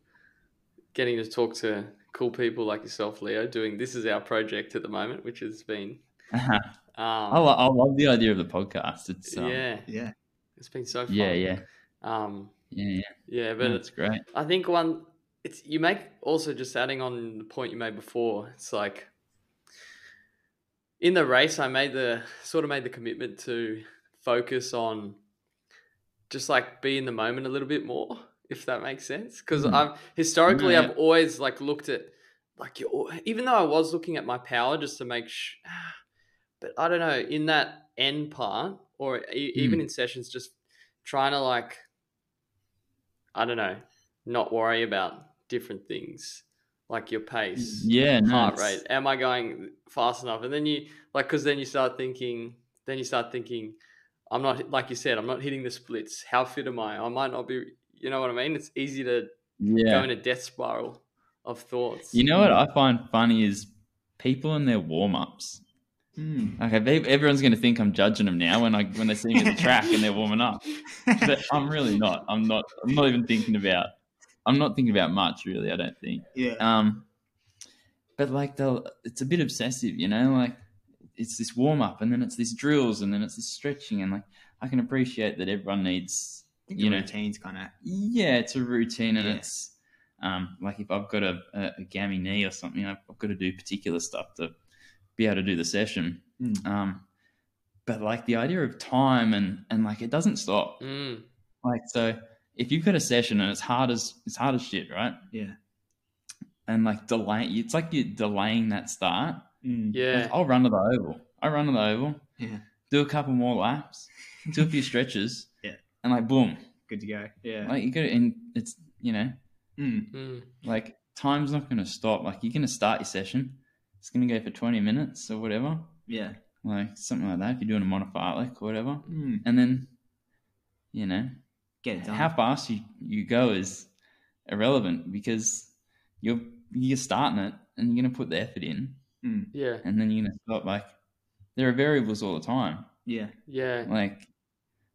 Speaker 3: getting to talk to cool people like yourself, Leo. Doing this is our project at the moment, which has been. Um,
Speaker 2: I, lo- I love the idea of the podcast. It's um, yeah,
Speaker 3: yeah,
Speaker 1: Yeah.
Speaker 3: it's been so fun.
Speaker 2: yeah, yeah,
Speaker 3: Um,
Speaker 2: yeah, yeah.
Speaker 3: yeah, but
Speaker 2: No,
Speaker 3: it's
Speaker 2: it's great.
Speaker 3: I think one it's you make also just adding on the point you made before, it's like in the race I made the sort of made the commitment to focus on just like be in the moment a little bit more, if that makes sense. Because
Speaker 2: Mm.
Speaker 3: I've historically
Speaker 2: Yeah.
Speaker 3: I've always like looked at like you al- even though I was looking at my power just to make sh- but I don't know, in that end part or e- even in sessions just trying to like I don't know, not worry about different things like your pace,
Speaker 2: Yeah, no,
Speaker 3: heart
Speaker 2: it's-
Speaker 3: rate. Am I going fast enough? And then you like because then you start thinking, then you start thinking, I'm not like you said, I'm not hitting the splits. How fit am I? I might not be. You know what I mean? It's easy to go
Speaker 2: Yeah,
Speaker 3: in a death spiral of thoughts.
Speaker 2: you know what I find funny is people in their warm ups.
Speaker 1: Mm.
Speaker 2: Okay, they, everyone's going to think I'm judging them now when I when they see me at the track and they're warming up, but I'm really not. I'm not. I'm not even thinking about. I'm not thinking about much really. I don't think.
Speaker 1: Yeah.
Speaker 2: Um, but like they'll, it's a bit obsessive, you know. Like it's this warm up, and then it's these drills, and then it's this stretching, and like I can appreciate that everyone needs,
Speaker 1: I think
Speaker 2: you
Speaker 1: the
Speaker 2: know,
Speaker 1: routine's kind of
Speaker 2: yeah, it's a routine, and
Speaker 1: Yeah.
Speaker 2: it's um, like if I've got a, a, a gammy knee or something, I've, I've got to do particular stuff to be able to do the session.
Speaker 1: Mm.
Speaker 2: Um, but like the idea of time and and like it doesn't stop.
Speaker 3: Mm,
Speaker 2: Like so, if you've got a session and it's hard as it's hard as shit, right?
Speaker 1: Yeah.
Speaker 2: And like delay, it's like you're delaying that start.
Speaker 1: mm.
Speaker 3: yeah,
Speaker 2: Like, I'll run to the oval. I run to the oval.
Speaker 1: Yeah.
Speaker 2: Do a couple more laps. Do a few stretches.
Speaker 1: Yeah.
Speaker 2: And like boom,
Speaker 1: good to go. Yeah.
Speaker 2: like you got to, and it's you know
Speaker 1: mm.
Speaker 3: mm,
Speaker 2: like time's not going to stop. Like you're going to start your session. It's going to go for twenty minutes or whatever,
Speaker 1: Yeah.
Speaker 2: like something like that. If you're doing a monophilic or whatever,
Speaker 1: Mm.
Speaker 2: and then you know
Speaker 1: Get it done.
Speaker 2: how fast you, you go is irrelevant because you're you're starting it and you're going to put the effort in
Speaker 3: yeah,
Speaker 2: and then you're going to stop. Like there are variables all the time.
Speaker 1: yeah.
Speaker 3: yeah.
Speaker 2: Like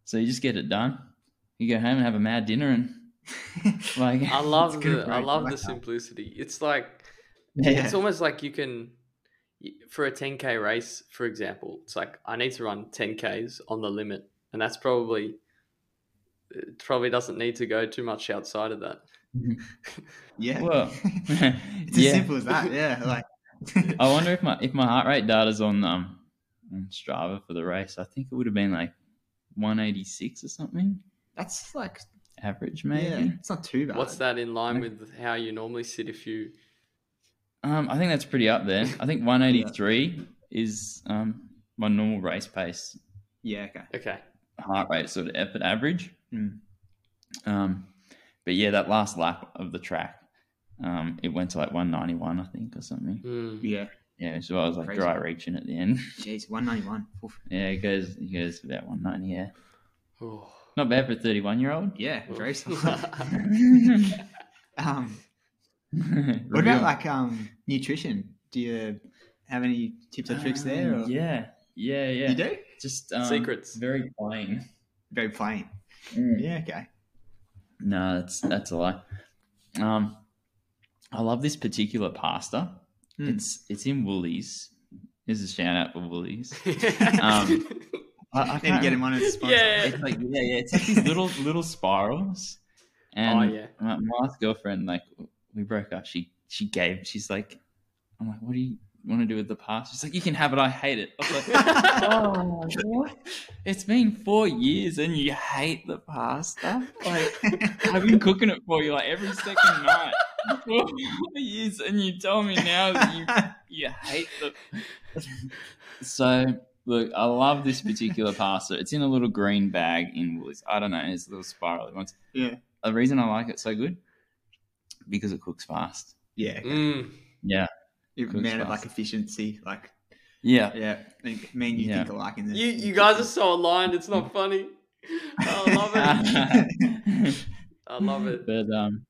Speaker 2: so, you just get it done. You go home and have a mad dinner and like
Speaker 3: I love
Speaker 1: good,
Speaker 3: the
Speaker 1: right?
Speaker 3: I
Speaker 1: I
Speaker 3: love
Speaker 1: like
Speaker 3: the
Speaker 1: that.
Speaker 3: simplicity. It's like
Speaker 1: Yeah.
Speaker 3: it's almost like you can for a 10k race, for example. It's like I need to run 10ks on the limit and that's probably it probably doesn't need to go too much outside of that.
Speaker 1: Yeah.
Speaker 2: Well,
Speaker 1: it's as
Speaker 2: yeah.
Speaker 1: simple as that. Yeah. Like,
Speaker 2: I wonder if my if my heart rate data's on um on Strava for the race. I think it would have been like 186 or something
Speaker 1: that's like,
Speaker 2: average,
Speaker 1: yeah,
Speaker 2: maybe.
Speaker 1: it's not too bad.
Speaker 3: What's that in line
Speaker 2: Like-
Speaker 3: with how you normally sit if you?
Speaker 2: Um, I think that's pretty up there. I think 183 is um my normal race pace
Speaker 1: Yeah. Okay.
Speaker 3: Okay,
Speaker 2: heart rate sort of effort average.
Speaker 1: Mm.
Speaker 2: Um, but yeah, that last lap of the track, um, it went to like 191, I think, or something.
Speaker 3: Hmm.
Speaker 1: Yeah.
Speaker 2: Yeah, so I was like
Speaker 1: Crazy.
Speaker 2: dry reaching at the end.
Speaker 1: Jeez, 191. Oof.
Speaker 2: yeah, it goes it goes about 190. Yeah,
Speaker 3: Oh.
Speaker 2: not bad for a 31 year old.
Speaker 1: Yeah. Very solid.
Speaker 3: yeah,
Speaker 1: um, what about like um, nutrition? Do you have any tips or tricks there? Or?
Speaker 2: Uh, Yeah, yeah, yeah.
Speaker 1: You do?
Speaker 2: Just um,
Speaker 3: Secrets.
Speaker 2: Very plain.
Speaker 1: Very plain.
Speaker 2: Mm.
Speaker 1: Yeah. Okay.
Speaker 2: No, that's that's a lie. Um, I love this particular pasta.
Speaker 1: Mm.
Speaker 2: It's it's in Woolies. This is a shout out for Woolies. Um, I, I
Speaker 1: Need to
Speaker 2: can't
Speaker 1: get him on as a sponsor.
Speaker 3: yeah.
Speaker 2: it's like yeah, yeah. It's like these little little spirals. And
Speaker 3: Oh yeah.
Speaker 2: my, my last girlfriend, like we broke up, she she gave. She's like, I'm like, what do you want to do with the past? She's like, you can have it. I hate it. I was like, oh, what? It's been four years and you hate the pasta. Like I've been cooking it for you like every second night. Four years and you tell me now that you you hate the. so look, I love this particular pasta. It's in a little green bag in Woolies. I don't know. It's a little spiral. It wants.
Speaker 1: Yeah.
Speaker 2: The reason I like it so good because it cooks fast.
Speaker 1: yeah.
Speaker 3: Mm.
Speaker 2: Yeah.
Speaker 1: You're a
Speaker 2: Cooks
Speaker 1: man of
Speaker 2: fast.
Speaker 1: like efficiency. Like,
Speaker 2: Yeah.
Speaker 1: yeah. I think me and you
Speaker 2: Yeah.
Speaker 1: think alike in this.
Speaker 3: You you guys are so aligned. It's not funny. I love it. I love it.
Speaker 2: But um,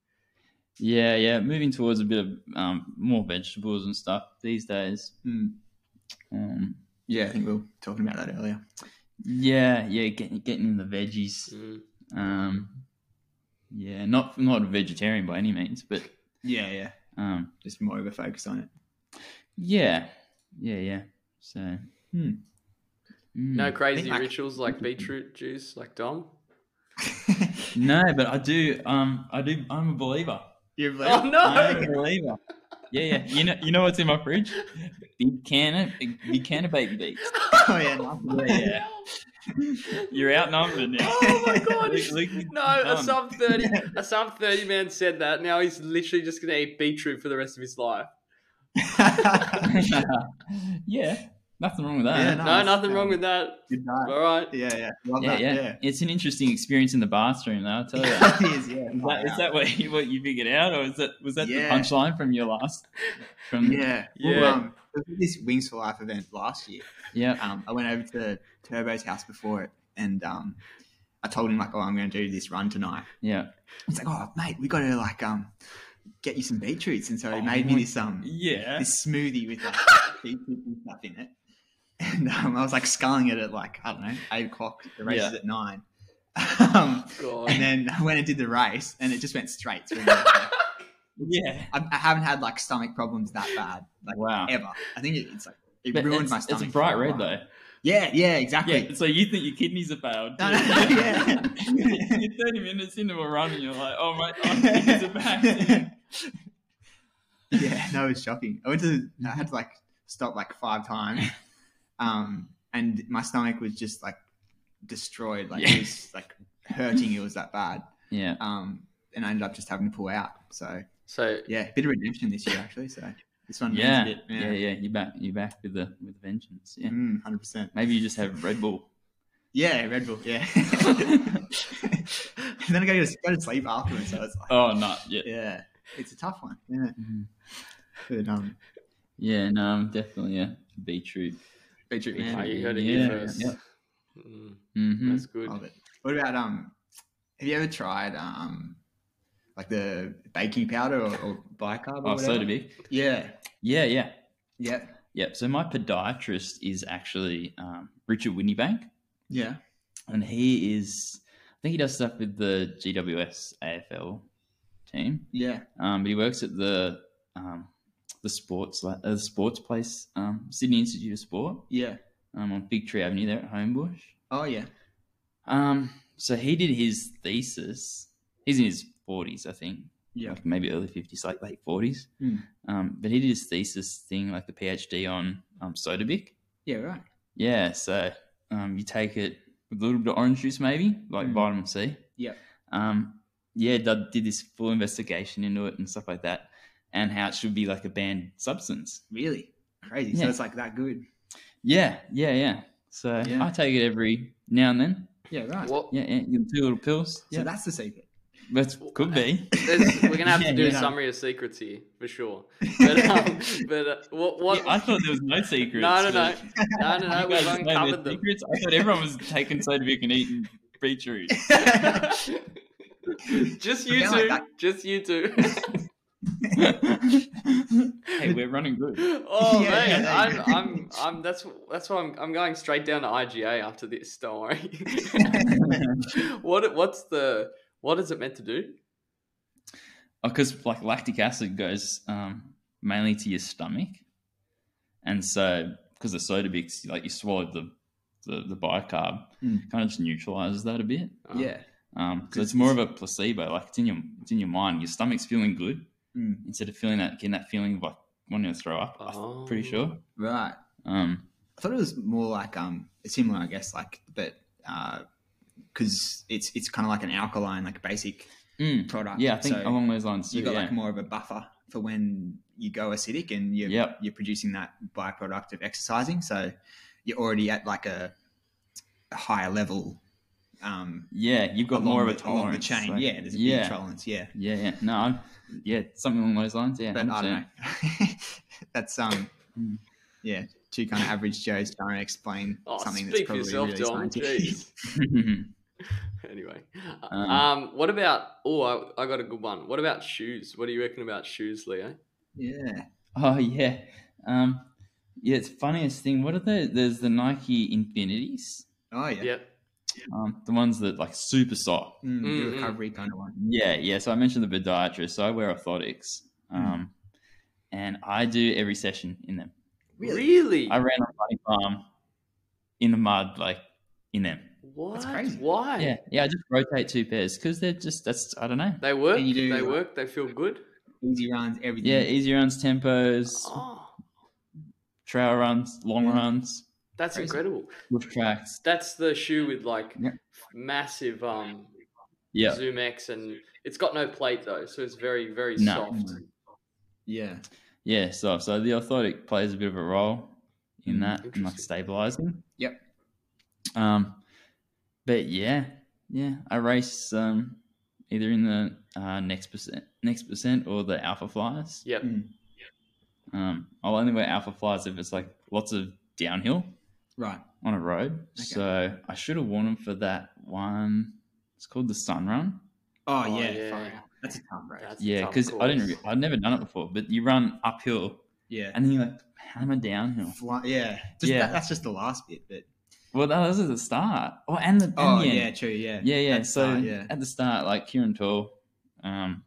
Speaker 2: yeah, yeah. Moving towards a bit of um more vegetables and stuff these days.
Speaker 1: Mm.
Speaker 2: Um,
Speaker 1: Yeah. I think we were talking about that earlier.
Speaker 2: yeah, yeah. Getting getting in the veggies.
Speaker 3: Mm.
Speaker 2: Um, yeah, not not a vegetarian by any means, but
Speaker 1: Yeah. Yeah.
Speaker 2: um,
Speaker 1: Just more of a focus on it.
Speaker 2: yeah, yeah, yeah. So
Speaker 1: Hmm.
Speaker 2: Mm.
Speaker 3: No crazy
Speaker 1: think Hmm. I-
Speaker 3: rituals like beetroot juice, like Dom.
Speaker 2: no, but I do. Um, I do. I'm a believer.
Speaker 1: You're
Speaker 3: Oh
Speaker 1: like,
Speaker 3: no!
Speaker 2: I'm a believer. Yeah, yeah. You know, you know what's in my fridge? Big can of big, big can of baby beats.
Speaker 1: oh yeah, no.
Speaker 2: Yeah, yeah. You're outnumbered now.
Speaker 3: Oh my god!
Speaker 2: Look- look-
Speaker 3: No, a
Speaker 2: Um,
Speaker 3: sub thirty, a sub thirty man said that. Now he's literally just gonna eat beetroot for the rest of his life.
Speaker 2: yeah, nothing wrong with that.
Speaker 1: Yeah,
Speaker 3: No,
Speaker 1: Nice.
Speaker 3: nothing wrong
Speaker 1: Um,
Speaker 3: with that.
Speaker 1: Good night.
Speaker 3: All right.
Speaker 1: Yeah, yeah, love
Speaker 2: yeah,
Speaker 1: that.
Speaker 2: yeah.
Speaker 1: Yeah,
Speaker 2: It's an interesting experience in the bathroom, though. I'll tell you. that.
Speaker 1: It is, yeah.
Speaker 2: Is that, is that what you, what you figured out, or is that was that
Speaker 1: Yeah.
Speaker 2: the punchline from your last? From
Speaker 1: yeah,
Speaker 3: Yeah.
Speaker 1: Well, um, there was this Wings for Life event last year.
Speaker 2: yeah, uh,
Speaker 1: Um, I went over to Turbo's house before it, and um, I told him like, "Oh, I'm going to do this run tonight."
Speaker 2: yeah,
Speaker 1: He's like, "Oh, mate, we got to like um, get you some beetroots," and so he
Speaker 2: Oh
Speaker 1: made me
Speaker 2: my-
Speaker 1: this um,
Speaker 2: yeah.
Speaker 1: this smoothie with like beetroot and stuff in it. And um, I was like sculling it at like I don't know eight o'clock. The race
Speaker 2: Yeah.
Speaker 1: is at nine. Um, and
Speaker 3: God.
Speaker 1: then I went and did the race, and it just went straight through. me.
Speaker 2: yeah.
Speaker 1: I, I haven't had like stomach problems that bad, like
Speaker 2: Wow.
Speaker 1: ever. I think it, it's like it
Speaker 2: But
Speaker 1: ruined
Speaker 2: it's,
Speaker 1: my stomach.
Speaker 2: It's a bright
Speaker 1: for a
Speaker 2: red
Speaker 1: while.
Speaker 2: though.
Speaker 1: Yeah, yeah, exactly.
Speaker 2: Yeah. So you think your kidneys are failed?
Speaker 1: No, no, yeah.
Speaker 2: you're 30 minutes into a run and you're like, oh my, oh, my kidneys are back.
Speaker 1: yeah, no, it's shocking. I went to, I had to like stop like five times, um, and my stomach was just like destroyed. Like
Speaker 2: Yeah.
Speaker 1: it was like hurting. It was that bad.
Speaker 2: Yeah.
Speaker 1: Um, and I ended up just having to pull out. So
Speaker 3: So
Speaker 1: yeah, bit of redemption this year actually. So this one, means
Speaker 2: Yeah.
Speaker 1: a bit,
Speaker 2: yeah, yeah, You back, you back with the with vengeance. Yeah.
Speaker 1: Mm, 100%.
Speaker 2: Maybe you just have Red Bull.
Speaker 1: Yeah, Red Bull. Yeah. and then I go to go to sleep afterwards. So it's like,
Speaker 2: Oh no, yeah,
Speaker 1: yeah, it's a tough one. Yeah,
Speaker 2: Mhm.
Speaker 1: but um,
Speaker 2: yeah, no, I'm definitely yeah, beetroot.
Speaker 1: Beetroot
Speaker 3: oh,
Speaker 1: Man,
Speaker 2: Beetroot.
Speaker 3: you heard it
Speaker 2: Yeah,
Speaker 3: here first.
Speaker 2: yeah.
Speaker 3: Mm,
Speaker 2: Mm-hmm.
Speaker 3: That's good.
Speaker 1: love it. What about um? Have you ever tried um, like the baking powder or, or bicarb? Or
Speaker 2: Oh,
Speaker 1: whatever?
Speaker 2: soda big.
Speaker 1: Yeah,
Speaker 2: Yeah, yeah.
Speaker 1: yeah,
Speaker 2: Yep. So my podiatrist is actually um, Richard Winniebank,
Speaker 1: yeah.
Speaker 2: and he is, I think he does stuff with the GWS AFL team,
Speaker 1: Yeah,
Speaker 2: um, but he works at the um, the sports la- uh, the sports place, um, Sydney Institute of Sport,
Speaker 1: yeah.
Speaker 2: um, on Big Tree Avenue there at Homebush.
Speaker 1: Oh yeah,
Speaker 2: Um, so he did his thesis. He's in his forties, I think.
Speaker 1: Yeah.
Speaker 2: Like maybe early fifties, like late forties.
Speaker 1: Hmm.
Speaker 2: Um, but he did his thesis thing, like the PhD on um Sodabic.
Speaker 1: Yeah, right.
Speaker 2: Yeah, so um, you take it with a little bit of orange juice, maybe like
Speaker 1: Mm.
Speaker 2: vitamin C.
Speaker 1: Yep.
Speaker 2: Um, yeah, did, did this full investigation into it and stuff like that, and how it should be like a banned substance.
Speaker 1: Really crazy. So
Speaker 2: Yeah.
Speaker 1: it's like that good.
Speaker 2: Yeah, yeah, yeah. So
Speaker 1: Yeah.
Speaker 2: I take it every now and then.
Speaker 1: Yeah, right.
Speaker 3: What
Speaker 2: Yeah, yeah. You two little pills.
Speaker 1: so
Speaker 2: Yeah,
Speaker 1: that's the secret.
Speaker 2: that's could be.
Speaker 3: there's- we're gonna have
Speaker 2: Yeah,
Speaker 3: to do
Speaker 1: you
Speaker 3: a
Speaker 1: know.
Speaker 3: summary of secrets here for sure. But um, but uh, what what?
Speaker 2: Yeah, I thought there was no secrets.
Speaker 3: no, no, no,
Speaker 2: but
Speaker 3: no, no, no.
Speaker 2: you guys
Speaker 3: We've
Speaker 2: explained their
Speaker 3: uncovered them.
Speaker 2: secrets. I thought everyone was taking Sodavic and eating beetroot. Uh-huh.
Speaker 3: just you
Speaker 1: Yeah,
Speaker 3: two.
Speaker 1: like that.
Speaker 3: Just you two.
Speaker 2: hey, we're running good.
Speaker 3: Oh
Speaker 1: Yeah,
Speaker 3: man,
Speaker 1: yeah,
Speaker 3: I'm,
Speaker 1: yeah.
Speaker 3: I'm, I'm. That's that's why I'm, I'm going straight down to IGA after this. Don't worry. what what's the what is it meant to do?
Speaker 2: because Oh, like lactic acid goes um, mainly to your stomach, and so because of Sodabix, like you swallow the the, the bicarb,
Speaker 1: Mm.
Speaker 2: kind of just neutralizes that a bit.
Speaker 3: Oh,
Speaker 1: yeah.
Speaker 2: Um, so
Speaker 1: 'Cause
Speaker 2: it's more of a placebo. Like it's in your it's in your mind. Your stomach's feeling good
Speaker 1: Mm,
Speaker 2: instead of feeling that getting that feeling of like wanting to throw up. I'm pretty
Speaker 3: Oh.
Speaker 2: sure.
Speaker 1: right.
Speaker 2: Um,
Speaker 1: I thought it was more like um similar, I guess, like but because it's it's kind of like an alkaline, like basic
Speaker 2: mm,
Speaker 1: product.
Speaker 2: yeah, I think
Speaker 1: Hmm. so
Speaker 2: along those lines.
Speaker 1: you
Speaker 2: too,
Speaker 1: got
Speaker 2: yeah.
Speaker 1: like more of a buffer for when you go acidic and you're
Speaker 2: Yep.
Speaker 1: you're producing that byproduct of exercising. So you're already at like a, a higher level. Um,
Speaker 2: yeah, you've got
Speaker 1: along
Speaker 2: more of a
Speaker 1: the, along the
Speaker 2: tolerance.
Speaker 1: chain.
Speaker 2: like-
Speaker 1: yeah, there's a
Speaker 2: yeah,
Speaker 1: big tolerance. Yeah,
Speaker 2: yeah, yeah. No, I'm, yeah, something along those lines. Yeah,
Speaker 1: but I
Speaker 2: 100%.
Speaker 1: don't know. that's um,
Speaker 2: Mm.
Speaker 1: yeah, two kind of average Joes trying to explain
Speaker 3: Oh,
Speaker 1: something that's
Speaker 3: speak for
Speaker 1: probably
Speaker 3: yourself,
Speaker 1: really
Speaker 3: Dom.
Speaker 1: scientific.
Speaker 3: Jeez. anyway,
Speaker 2: Um,
Speaker 3: um, what about? Oh, I, I got a good one. What about shoes? What are you reckon about shoes, Leo?
Speaker 1: yeah.
Speaker 2: Oh yeah, um, yeah. It's funniest thing. What are the? There's the Nike Infinities,
Speaker 1: Oh yeah.
Speaker 3: Yep.
Speaker 2: um, the ones that like super soft.
Speaker 1: Mm,
Speaker 3: Mm,
Speaker 1: the
Speaker 3: mm.
Speaker 1: recovery kind of one.
Speaker 2: Yeah, yeah. So I mentioned the podiatrist. So I wear orthotics, um, and I do every session in them.
Speaker 1: Really?
Speaker 2: I ran on Bunny Farm in the mud, like in them.
Speaker 3: What?
Speaker 1: crazy.
Speaker 3: Why?
Speaker 2: Yeah, yeah. I just rotate two pairs because they're just that's I don't know.
Speaker 3: They work.
Speaker 1: And you do,
Speaker 3: they
Speaker 1: like-
Speaker 3: work. They feel good.
Speaker 1: Easy runs, everything.
Speaker 2: Yeah, easy runs, tempos,
Speaker 3: Oh,
Speaker 2: trail runs, long
Speaker 1: Yeah.
Speaker 2: runs,
Speaker 3: that's
Speaker 1: Crazy.
Speaker 3: incredible.
Speaker 2: with tracks.
Speaker 3: That's the shoe with like
Speaker 2: Yeah.
Speaker 3: massive um
Speaker 2: Yeah,
Speaker 3: Zoom X, and it's got no plate though, so it's very very
Speaker 2: No.
Speaker 3: soft.
Speaker 1: yeah.
Speaker 2: Yeah, so so the orthotic plays a bit of a role in
Speaker 1: Mm,
Speaker 2: that, in like
Speaker 3: interesting.
Speaker 2: stabilizing.
Speaker 1: Yep.
Speaker 2: Um, but yeah, yeah, I race um either in the uh, next percent, next percent, or the alpha flies.
Speaker 3: Yep.
Speaker 1: Mm.
Speaker 2: Um, I'll only wear alpha flies if it's like lots of downhill
Speaker 1: Right.
Speaker 2: on a road.
Speaker 1: Okay.
Speaker 2: So I should have worn them for that one. It's called the Sun Run.
Speaker 1: Oh,
Speaker 3: Oh,
Speaker 1: yeah.
Speaker 3: yeah.
Speaker 1: fine. That's a tough road.
Speaker 3: That's a
Speaker 2: Yeah,
Speaker 3: tough
Speaker 2: because I didn't,
Speaker 3: course.
Speaker 2: re- I'd never done it before. But you run uphill
Speaker 1: yeah.
Speaker 2: and then you like hammer downhill.
Speaker 1: Fly, yeah. Just
Speaker 2: Yeah.
Speaker 1: That, that's just the last bit, but
Speaker 2: Well, that was at the start. Oh, and the, and
Speaker 1: oh
Speaker 2: the
Speaker 1: yeah,
Speaker 2: end.
Speaker 1: true, yeah.
Speaker 2: yeah, yeah.
Speaker 1: At the
Speaker 2: So
Speaker 1: start, yeah.
Speaker 2: at the start, like Kieran Tall, um,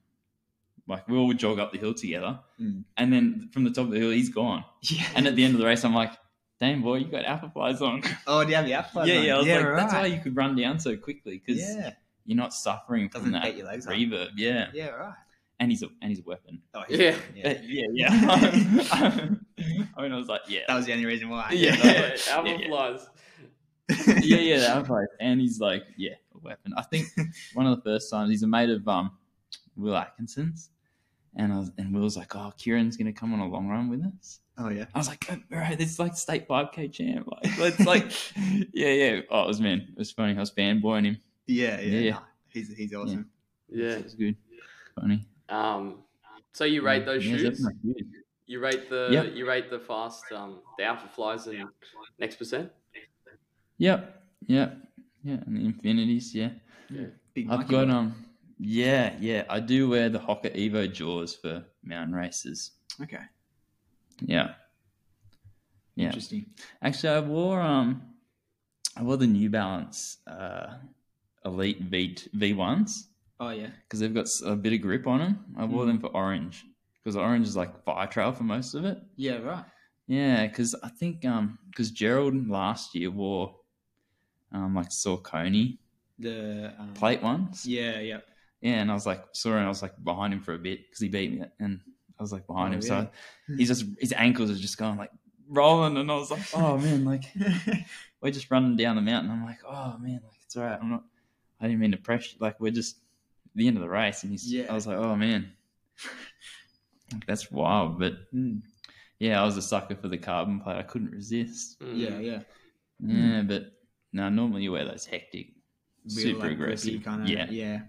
Speaker 2: like we all would jog up the hill together,
Speaker 1: Mm.
Speaker 2: and then from the top of the hill, he's gone.
Speaker 1: Yeah.
Speaker 2: And at the end of the race, I'm like, "Damn boy, you got alpha flies on."
Speaker 1: oh, do you have the app?
Speaker 2: yeah, yeah. I was
Speaker 1: yeah,
Speaker 2: like,
Speaker 1: right.
Speaker 2: that's why you could run down so quickly because
Speaker 1: yeah.
Speaker 2: you're not suffering from
Speaker 1: Doesn't
Speaker 2: that
Speaker 1: beat your legs up.
Speaker 2: reverb. Yeah,
Speaker 1: Yeah, right.
Speaker 2: and he's a and he's a weapon.
Speaker 1: Oh,
Speaker 3: Yeah.
Speaker 2: Yeah, yeah. I mean, I was like, yeah,
Speaker 1: That was the only reason why.
Speaker 3: yeah,
Speaker 2: Yeah.
Speaker 3: alpha
Speaker 2: Yeah, yeah.
Speaker 3: flies.
Speaker 2: yeah, yeah, the alpha. And he's like, yeah, a weapon. I think one of the first times he's a mate of um Will Atkinson's, and I was, and Will's like, oh, Kieran's gonna come on a long run with us.
Speaker 1: oh yeah.
Speaker 2: I was like, oh, bro, this is like state five k champ. Like, let's like, yeah, yeah. Oh, it was man, it was funny. I was fanboying him.
Speaker 1: Yeah, yeah.
Speaker 2: Yeah, yeah.
Speaker 1: nah, he's he's awesome.
Speaker 3: Yeah.
Speaker 2: it was good, funny.
Speaker 3: Um. So you rate those
Speaker 2: Mm, Yeah,
Speaker 3: shoes?
Speaker 2: definitely good.
Speaker 3: You rate the
Speaker 2: Yep.
Speaker 3: you rate the fast um the alpha flies and next percent.
Speaker 2: Yep, yep, yeah, and the infinities. Yeah,
Speaker 1: Big
Speaker 2: I've
Speaker 1: monkey
Speaker 2: got
Speaker 1: boy.
Speaker 2: um, yeah, yeah. I do wear the Hoka Evo Jaws for mountain races.
Speaker 1: Okay.
Speaker 2: Yeah. Yeah.
Speaker 1: Interesting.
Speaker 2: Actually, I wore um, I wore the New Balance uh, Elite V V ones
Speaker 1: Oh yeah.
Speaker 2: because they've got s- a bit of grip on them. I wore
Speaker 1: Mm.
Speaker 2: them for orange because orange is like fire trail for most of it.
Speaker 1: Yeah, right.
Speaker 2: Yeah, because I think um, because Gerald last year wore um like Saucony
Speaker 4: The um,
Speaker 2: plate ones.
Speaker 4: Yeah, yeah.
Speaker 2: Yeah, and I was like, saw him, and I was like behind him for a bit because he beat me, and I was like behind
Speaker 4: Oh,
Speaker 2: him.
Speaker 4: really?
Speaker 2: So he's just his ankles are just going like rolling, and I was like, oh man, like we're just running down the mountain. I'm like, oh man, like it's all right. I'm not. I didn't mean to pressure. Like we're just at the end of the race, and he's.
Speaker 4: Yeah.
Speaker 2: I was like, oh man, Like, that's wild. But
Speaker 4: Mm.
Speaker 2: yeah, I was a sucker for the carbon plate. I couldn't resist.
Speaker 3: Mm.
Speaker 4: Yeah, yeah.
Speaker 2: Yeah, but no, normally you wear those hectic, super
Speaker 1: Mm. like, grippy
Speaker 2: aggressive.
Speaker 1: kinda-
Speaker 2: yeah, yeah,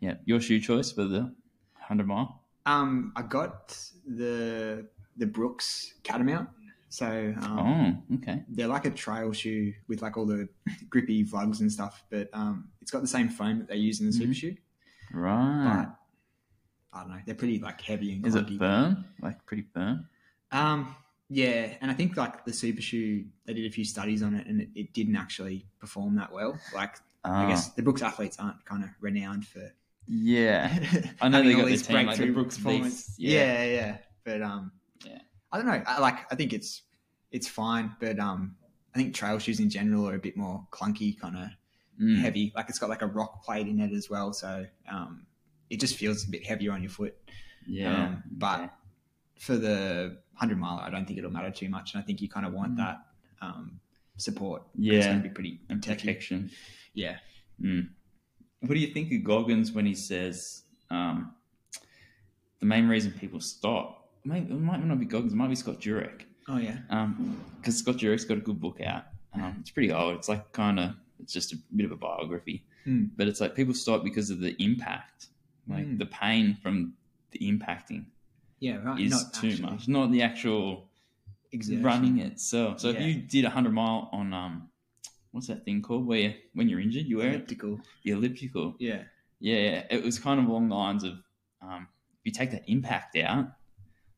Speaker 1: yeah.
Speaker 2: Your shoe choice for the hundred mile.
Speaker 1: Um, I got the the Brooks Catamount. So um,
Speaker 2: oh, okay.
Speaker 1: they're like a trail shoe with like all the grippy vlogs and stuff, but um, it's got the same foam that they use in the super
Speaker 2: Mhm.
Speaker 1: shoe.
Speaker 2: Right.
Speaker 1: But I don't know, they're pretty like heavy and
Speaker 2: Is
Speaker 1: clunky.
Speaker 2: it firm? Like pretty firm?
Speaker 1: Um, yeah, and I think like the super shoe, they did a few studies on it, and it, it didn't actually perform that well. Like I
Speaker 2: Ah,
Speaker 1: guess the Brooks athletes aren't kind of renowned for
Speaker 2: Yeah. I know
Speaker 1: having
Speaker 2: they
Speaker 1: all
Speaker 2: got the
Speaker 1: these
Speaker 2: team like the
Speaker 1: breakthrough
Speaker 2: Brooks
Speaker 1: performance.
Speaker 2: Beasts.
Speaker 1: Yeah. yeah, But um,
Speaker 2: Yeah.
Speaker 1: I don't know. I, like I think it's it's fine, but um, I think trail shoes in general are a bit more clunky, kind of
Speaker 2: Mm.
Speaker 1: heavy. Like it's got like a rock plate in it as well, so um, it just feels a bit heavier on your foot.
Speaker 2: Yeah.
Speaker 1: Um, but
Speaker 2: okay.
Speaker 1: for the hundred mile, I don't think it'll matter too much, and I think you kind of want
Speaker 2: Mm.
Speaker 1: that um, support. 'cause it's
Speaker 2: yeah.
Speaker 1: going to be pretty
Speaker 2: And
Speaker 1: techy.
Speaker 2: protection.
Speaker 1: Yeah.
Speaker 2: Mm. What do you think of Goggins when he says um, the main reason people stop? Maybe, it might not be Goggins, it might be Scott Jurek.
Speaker 1: Oh yeah.
Speaker 2: Because Scott Jurek's got a good book out. Um, it's pretty old. It's like kind of, it's just a bit of a biography.
Speaker 1: Hmm.
Speaker 2: But it's like people stop because of the impact, like
Speaker 1: Hmm.
Speaker 2: the pain from the impacting
Speaker 1: Yeah. Right.
Speaker 2: is
Speaker 1: Not
Speaker 2: too
Speaker 1: actually
Speaker 2: much, not the actual
Speaker 1: exertion.
Speaker 2: running itself. So
Speaker 1: Yeah.
Speaker 2: if you did a hundred mile on um, what's that thing called? Where you, when you're injured, you wear it
Speaker 1: Elliptical.
Speaker 2: the elliptical.
Speaker 1: Yeah.
Speaker 2: Yeah, yeah, it was kind of along the lines of um, if you take that impact out,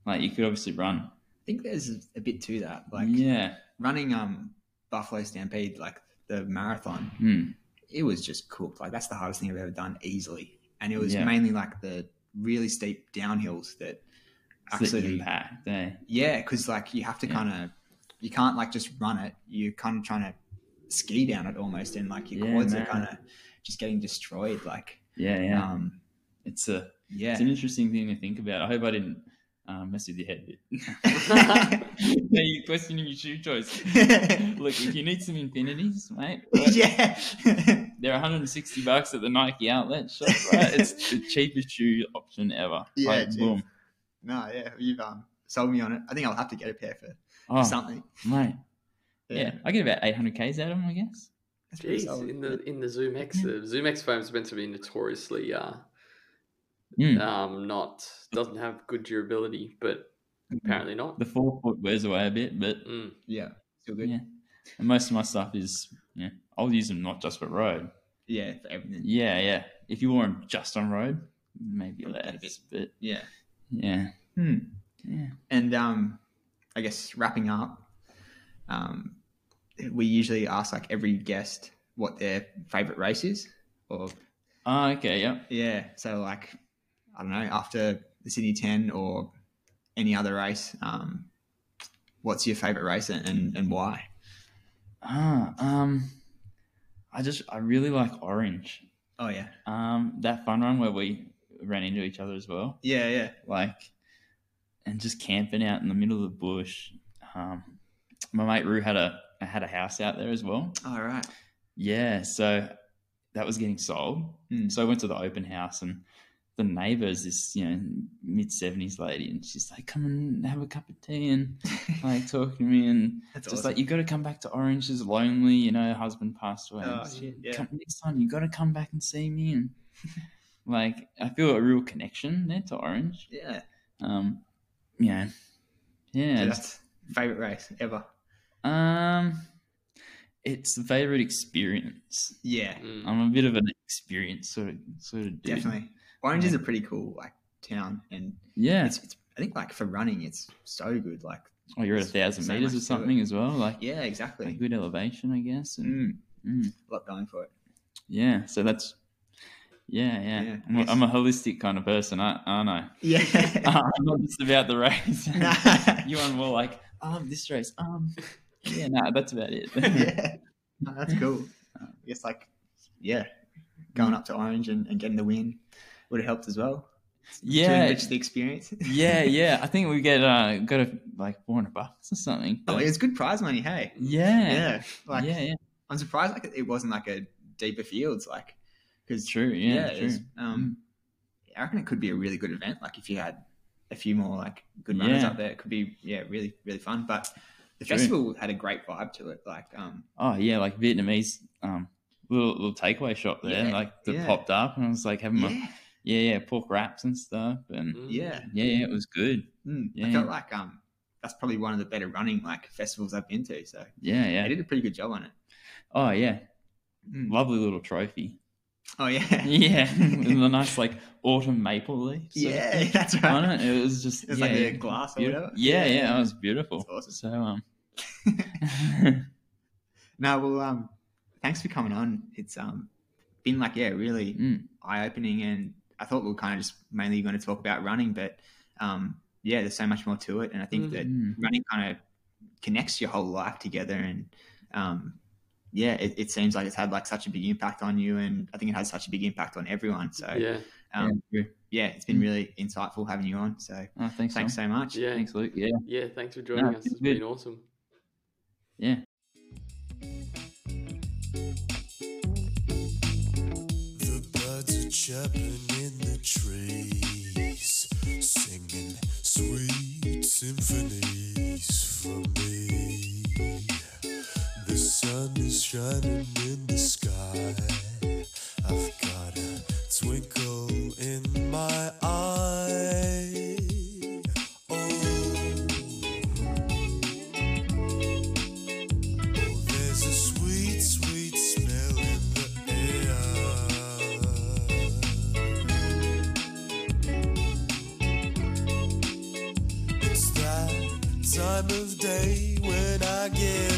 Speaker 2: like you could obviously run.
Speaker 1: I think there's a- a bit to that. Like
Speaker 2: yeah,
Speaker 1: running um Buffalo Stampede, like the marathon,
Speaker 2: Hmm.
Speaker 1: it was just cooked. Like that's the hardest thing I've ever done easily. And it was
Speaker 2: Yeah.
Speaker 1: mainly like the really steep downhills that
Speaker 2: It's the
Speaker 1: absolutely
Speaker 2: impact. Eh?
Speaker 1: Yeah, because like you have to
Speaker 2: Yeah.
Speaker 1: kinda you can't like just run it. You're kinda trying to ski down it almost and like your
Speaker 2: Yeah,
Speaker 1: quads are
Speaker 2: man.
Speaker 1: kinda just getting destroyed. Like
Speaker 2: Yeah, yeah.
Speaker 1: um
Speaker 2: it's a
Speaker 1: yeah.
Speaker 2: it's an interesting thing to think about. I hope I didn't um, mess with your head. now you're questioning your shoe choice. Look, if you need some infinities, mate, right,
Speaker 1: yeah.
Speaker 2: they're 160 bucks at the Nike outlet shop. Right? It's the cheapest shoe option ever.
Speaker 1: Yeah,
Speaker 2: Like,
Speaker 1: it is.
Speaker 2: boom.
Speaker 1: no, yeah, you've um sold me on it. I think I'll have to get a pair for
Speaker 2: Oh,
Speaker 1: something.
Speaker 2: mate. Yeah. I get about 800 k's out of them, I guess.
Speaker 1: That's pretty
Speaker 3: Jeez,
Speaker 1: solid.
Speaker 3: in the in the Zoom X, the Zoom X foam is meant to be notoriously uh,
Speaker 2: Mm.
Speaker 3: um, not doesn't have good durability, but apparently not.
Speaker 2: The forefoot wears away a bit, but
Speaker 3: Mm.
Speaker 1: Yeah, still good.
Speaker 2: yeah. And most of my stuff is, yeah, I'll use them not just for road.
Speaker 1: Yeah, for everything.
Speaker 2: Yeah, yeah. If you wore them just on road, maybe less, but
Speaker 1: Yeah.
Speaker 2: yeah.
Speaker 1: Hmm.
Speaker 2: Yeah.
Speaker 1: And um, I guess wrapping up, um, we usually ask like every guest what their favorite race is, or
Speaker 2: Oh, okay, yeah.
Speaker 1: yeah. So like, I don't know, after the Sydney Ten or any other race, um, what's your favorite race and, and, and why?
Speaker 2: Ah, um, I just I really like orange.
Speaker 1: Oh yeah,
Speaker 2: Um, that fun run where we ran into each other as well,
Speaker 1: yeah, yeah,
Speaker 2: like, and just camping out in the middle of the bush. Um, my mate Roo had a had a house out there as well.
Speaker 1: All right.
Speaker 2: Yeah, so that was getting sold.
Speaker 1: Mm.
Speaker 2: So I went to the open house and the neighbours, this, you know, mid seventies lady, and she's like, Come and have a cup of tea and like talking to me and
Speaker 1: That's
Speaker 2: just like you've got to come back to Orange is lonely, you know, husband passed away.
Speaker 1: Oh,
Speaker 2: And she-
Speaker 1: shit, yeah.
Speaker 2: come, next time you gotta come back and see me and like I feel a real connection there to Orange.
Speaker 1: yeah,
Speaker 2: Um yeah. Yeah.
Speaker 1: So
Speaker 2: just-
Speaker 1: that's favorite race ever.
Speaker 2: um it's the favourite experience.
Speaker 1: Yeah,
Speaker 3: Mm.
Speaker 2: I'm a bit of an experienced sort of sort of dude.
Speaker 1: definitely. Orange is a pretty cool like town, and
Speaker 2: Yeah.
Speaker 1: it's, it's I think like for running, it's so good. Like
Speaker 2: oh, you're at a
Speaker 1: it's
Speaker 2: thousand
Speaker 1: so
Speaker 2: meters
Speaker 1: much
Speaker 2: or
Speaker 1: to
Speaker 2: something as well. Like,
Speaker 1: yeah,
Speaker 2: like
Speaker 1: exactly.
Speaker 2: good elevation, I guess. And,
Speaker 1: Mm,
Speaker 2: mm,
Speaker 1: a lot going for it.
Speaker 2: yeah. So that's. Yeah, yeah.
Speaker 1: Yeah,
Speaker 2: I'm, a,
Speaker 1: yes.
Speaker 2: I'm a holistic kind of person, aren't aren't I?
Speaker 1: Yeah.
Speaker 2: I'm not just about the race. you are more like, I love this race. Um, yeah, no, that's about it.
Speaker 1: Uh, yeah. No, that's cool. It's like yeah, going up to Orange and, and getting the win would have helped as well to
Speaker 2: Yeah,
Speaker 1: enrich the experience.
Speaker 2: yeah, yeah. I think we get uh got a, like four hundred bucks or something.
Speaker 1: oh, it was good prize money, hey.
Speaker 2: yeah, yeah,
Speaker 1: Yeah, like
Speaker 2: yeah, yeah.
Speaker 1: I'm surprised like it wasn't like a deeper fields like because
Speaker 2: True, yeah,
Speaker 1: it
Speaker 2: true. Mm.
Speaker 1: was, um, I reckon it could be a really good event. Like if you had a few more like good runners
Speaker 2: Yeah.
Speaker 1: up there, it could be yeah really really fun. But the
Speaker 2: True.
Speaker 1: festival had a great vibe to it. Like um,
Speaker 2: Oh yeah, like Vietnamese um little little takeaway shop there,
Speaker 1: Yeah,
Speaker 2: like that
Speaker 1: yeah.
Speaker 2: popped up, and I was like having my
Speaker 1: yeah,
Speaker 2: yeah yeah pork wraps and stuff, and
Speaker 3: Mm.
Speaker 1: yeah.
Speaker 2: yeah, yeah it was good.
Speaker 1: Mm,
Speaker 2: Yeah.
Speaker 1: I felt like um, that's probably one of the better running like festivals I've been to. So
Speaker 2: Yeah, yeah.
Speaker 1: they did a pretty good job on it.
Speaker 2: Oh yeah,
Speaker 1: Mm.
Speaker 2: lovely little trophy.
Speaker 1: Oh yeah,
Speaker 2: Yeah, with a nice like autumn maple leaf. sort of
Speaker 1: yeah,
Speaker 2: thing
Speaker 1: that's right.
Speaker 2: On it, it was just
Speaker 1: It was
Speaker 2: yeah,
Speaker 1: like
Speaker 2: yeah.
Speaker 1: a glass or
Speaker 2: Beautiful.
Speaker 1: whatever.
Speaker 2: Yeah, yeah, it was beautiful.
Speaker 1: That's awesome.
Speaker 2: So um,
Speaker 1: No, well, um, thanks for coming on. It's um, been like yeah, really
Speaker 2: Mm.
Speaker 1: eye opening, and I thought we were kind of just mainly going to talk about running, but um, yeah, there's so much more to it, and I think that
Speaker 2: mm,
Speaker 1: running kind of connects your whole life together, and um, yeah, it, it seems like it's had like such a big impact on you, and I think it has such a big impact on everyone. So
Speaker 3: Yeah.
Speaker 1: um,
Speaker 2: yeah.
Speaker 1: yeah, it's been
Speaker 2: Mm.
Speaker 1: really insightful having you on. So
Speaker 2: Oh, thanks,
Speaker 1: thanks
Speaker 2: Tom.
Speaker 1: so much.
Speaker 3: Yeah.
Speaker 2: Thanks, Luke. Yeah,
Speaker 3: Yeah. Thanks for joining
Speaker 2: No,
Speaker 3: us.
Speaker 2: it's
Speaker 3: It's been
Speaker 2: good.
Speaker 3: awesome.
Speaker 2: yeah.
Speaker 4: The birds are chirping in the trees, singing sweet symphonies from me. The sun is shining in the sky. I've got a twinkle in my eye. Oh. Oh, there's a sweet, sweet smell in the air. It's that time of day when I get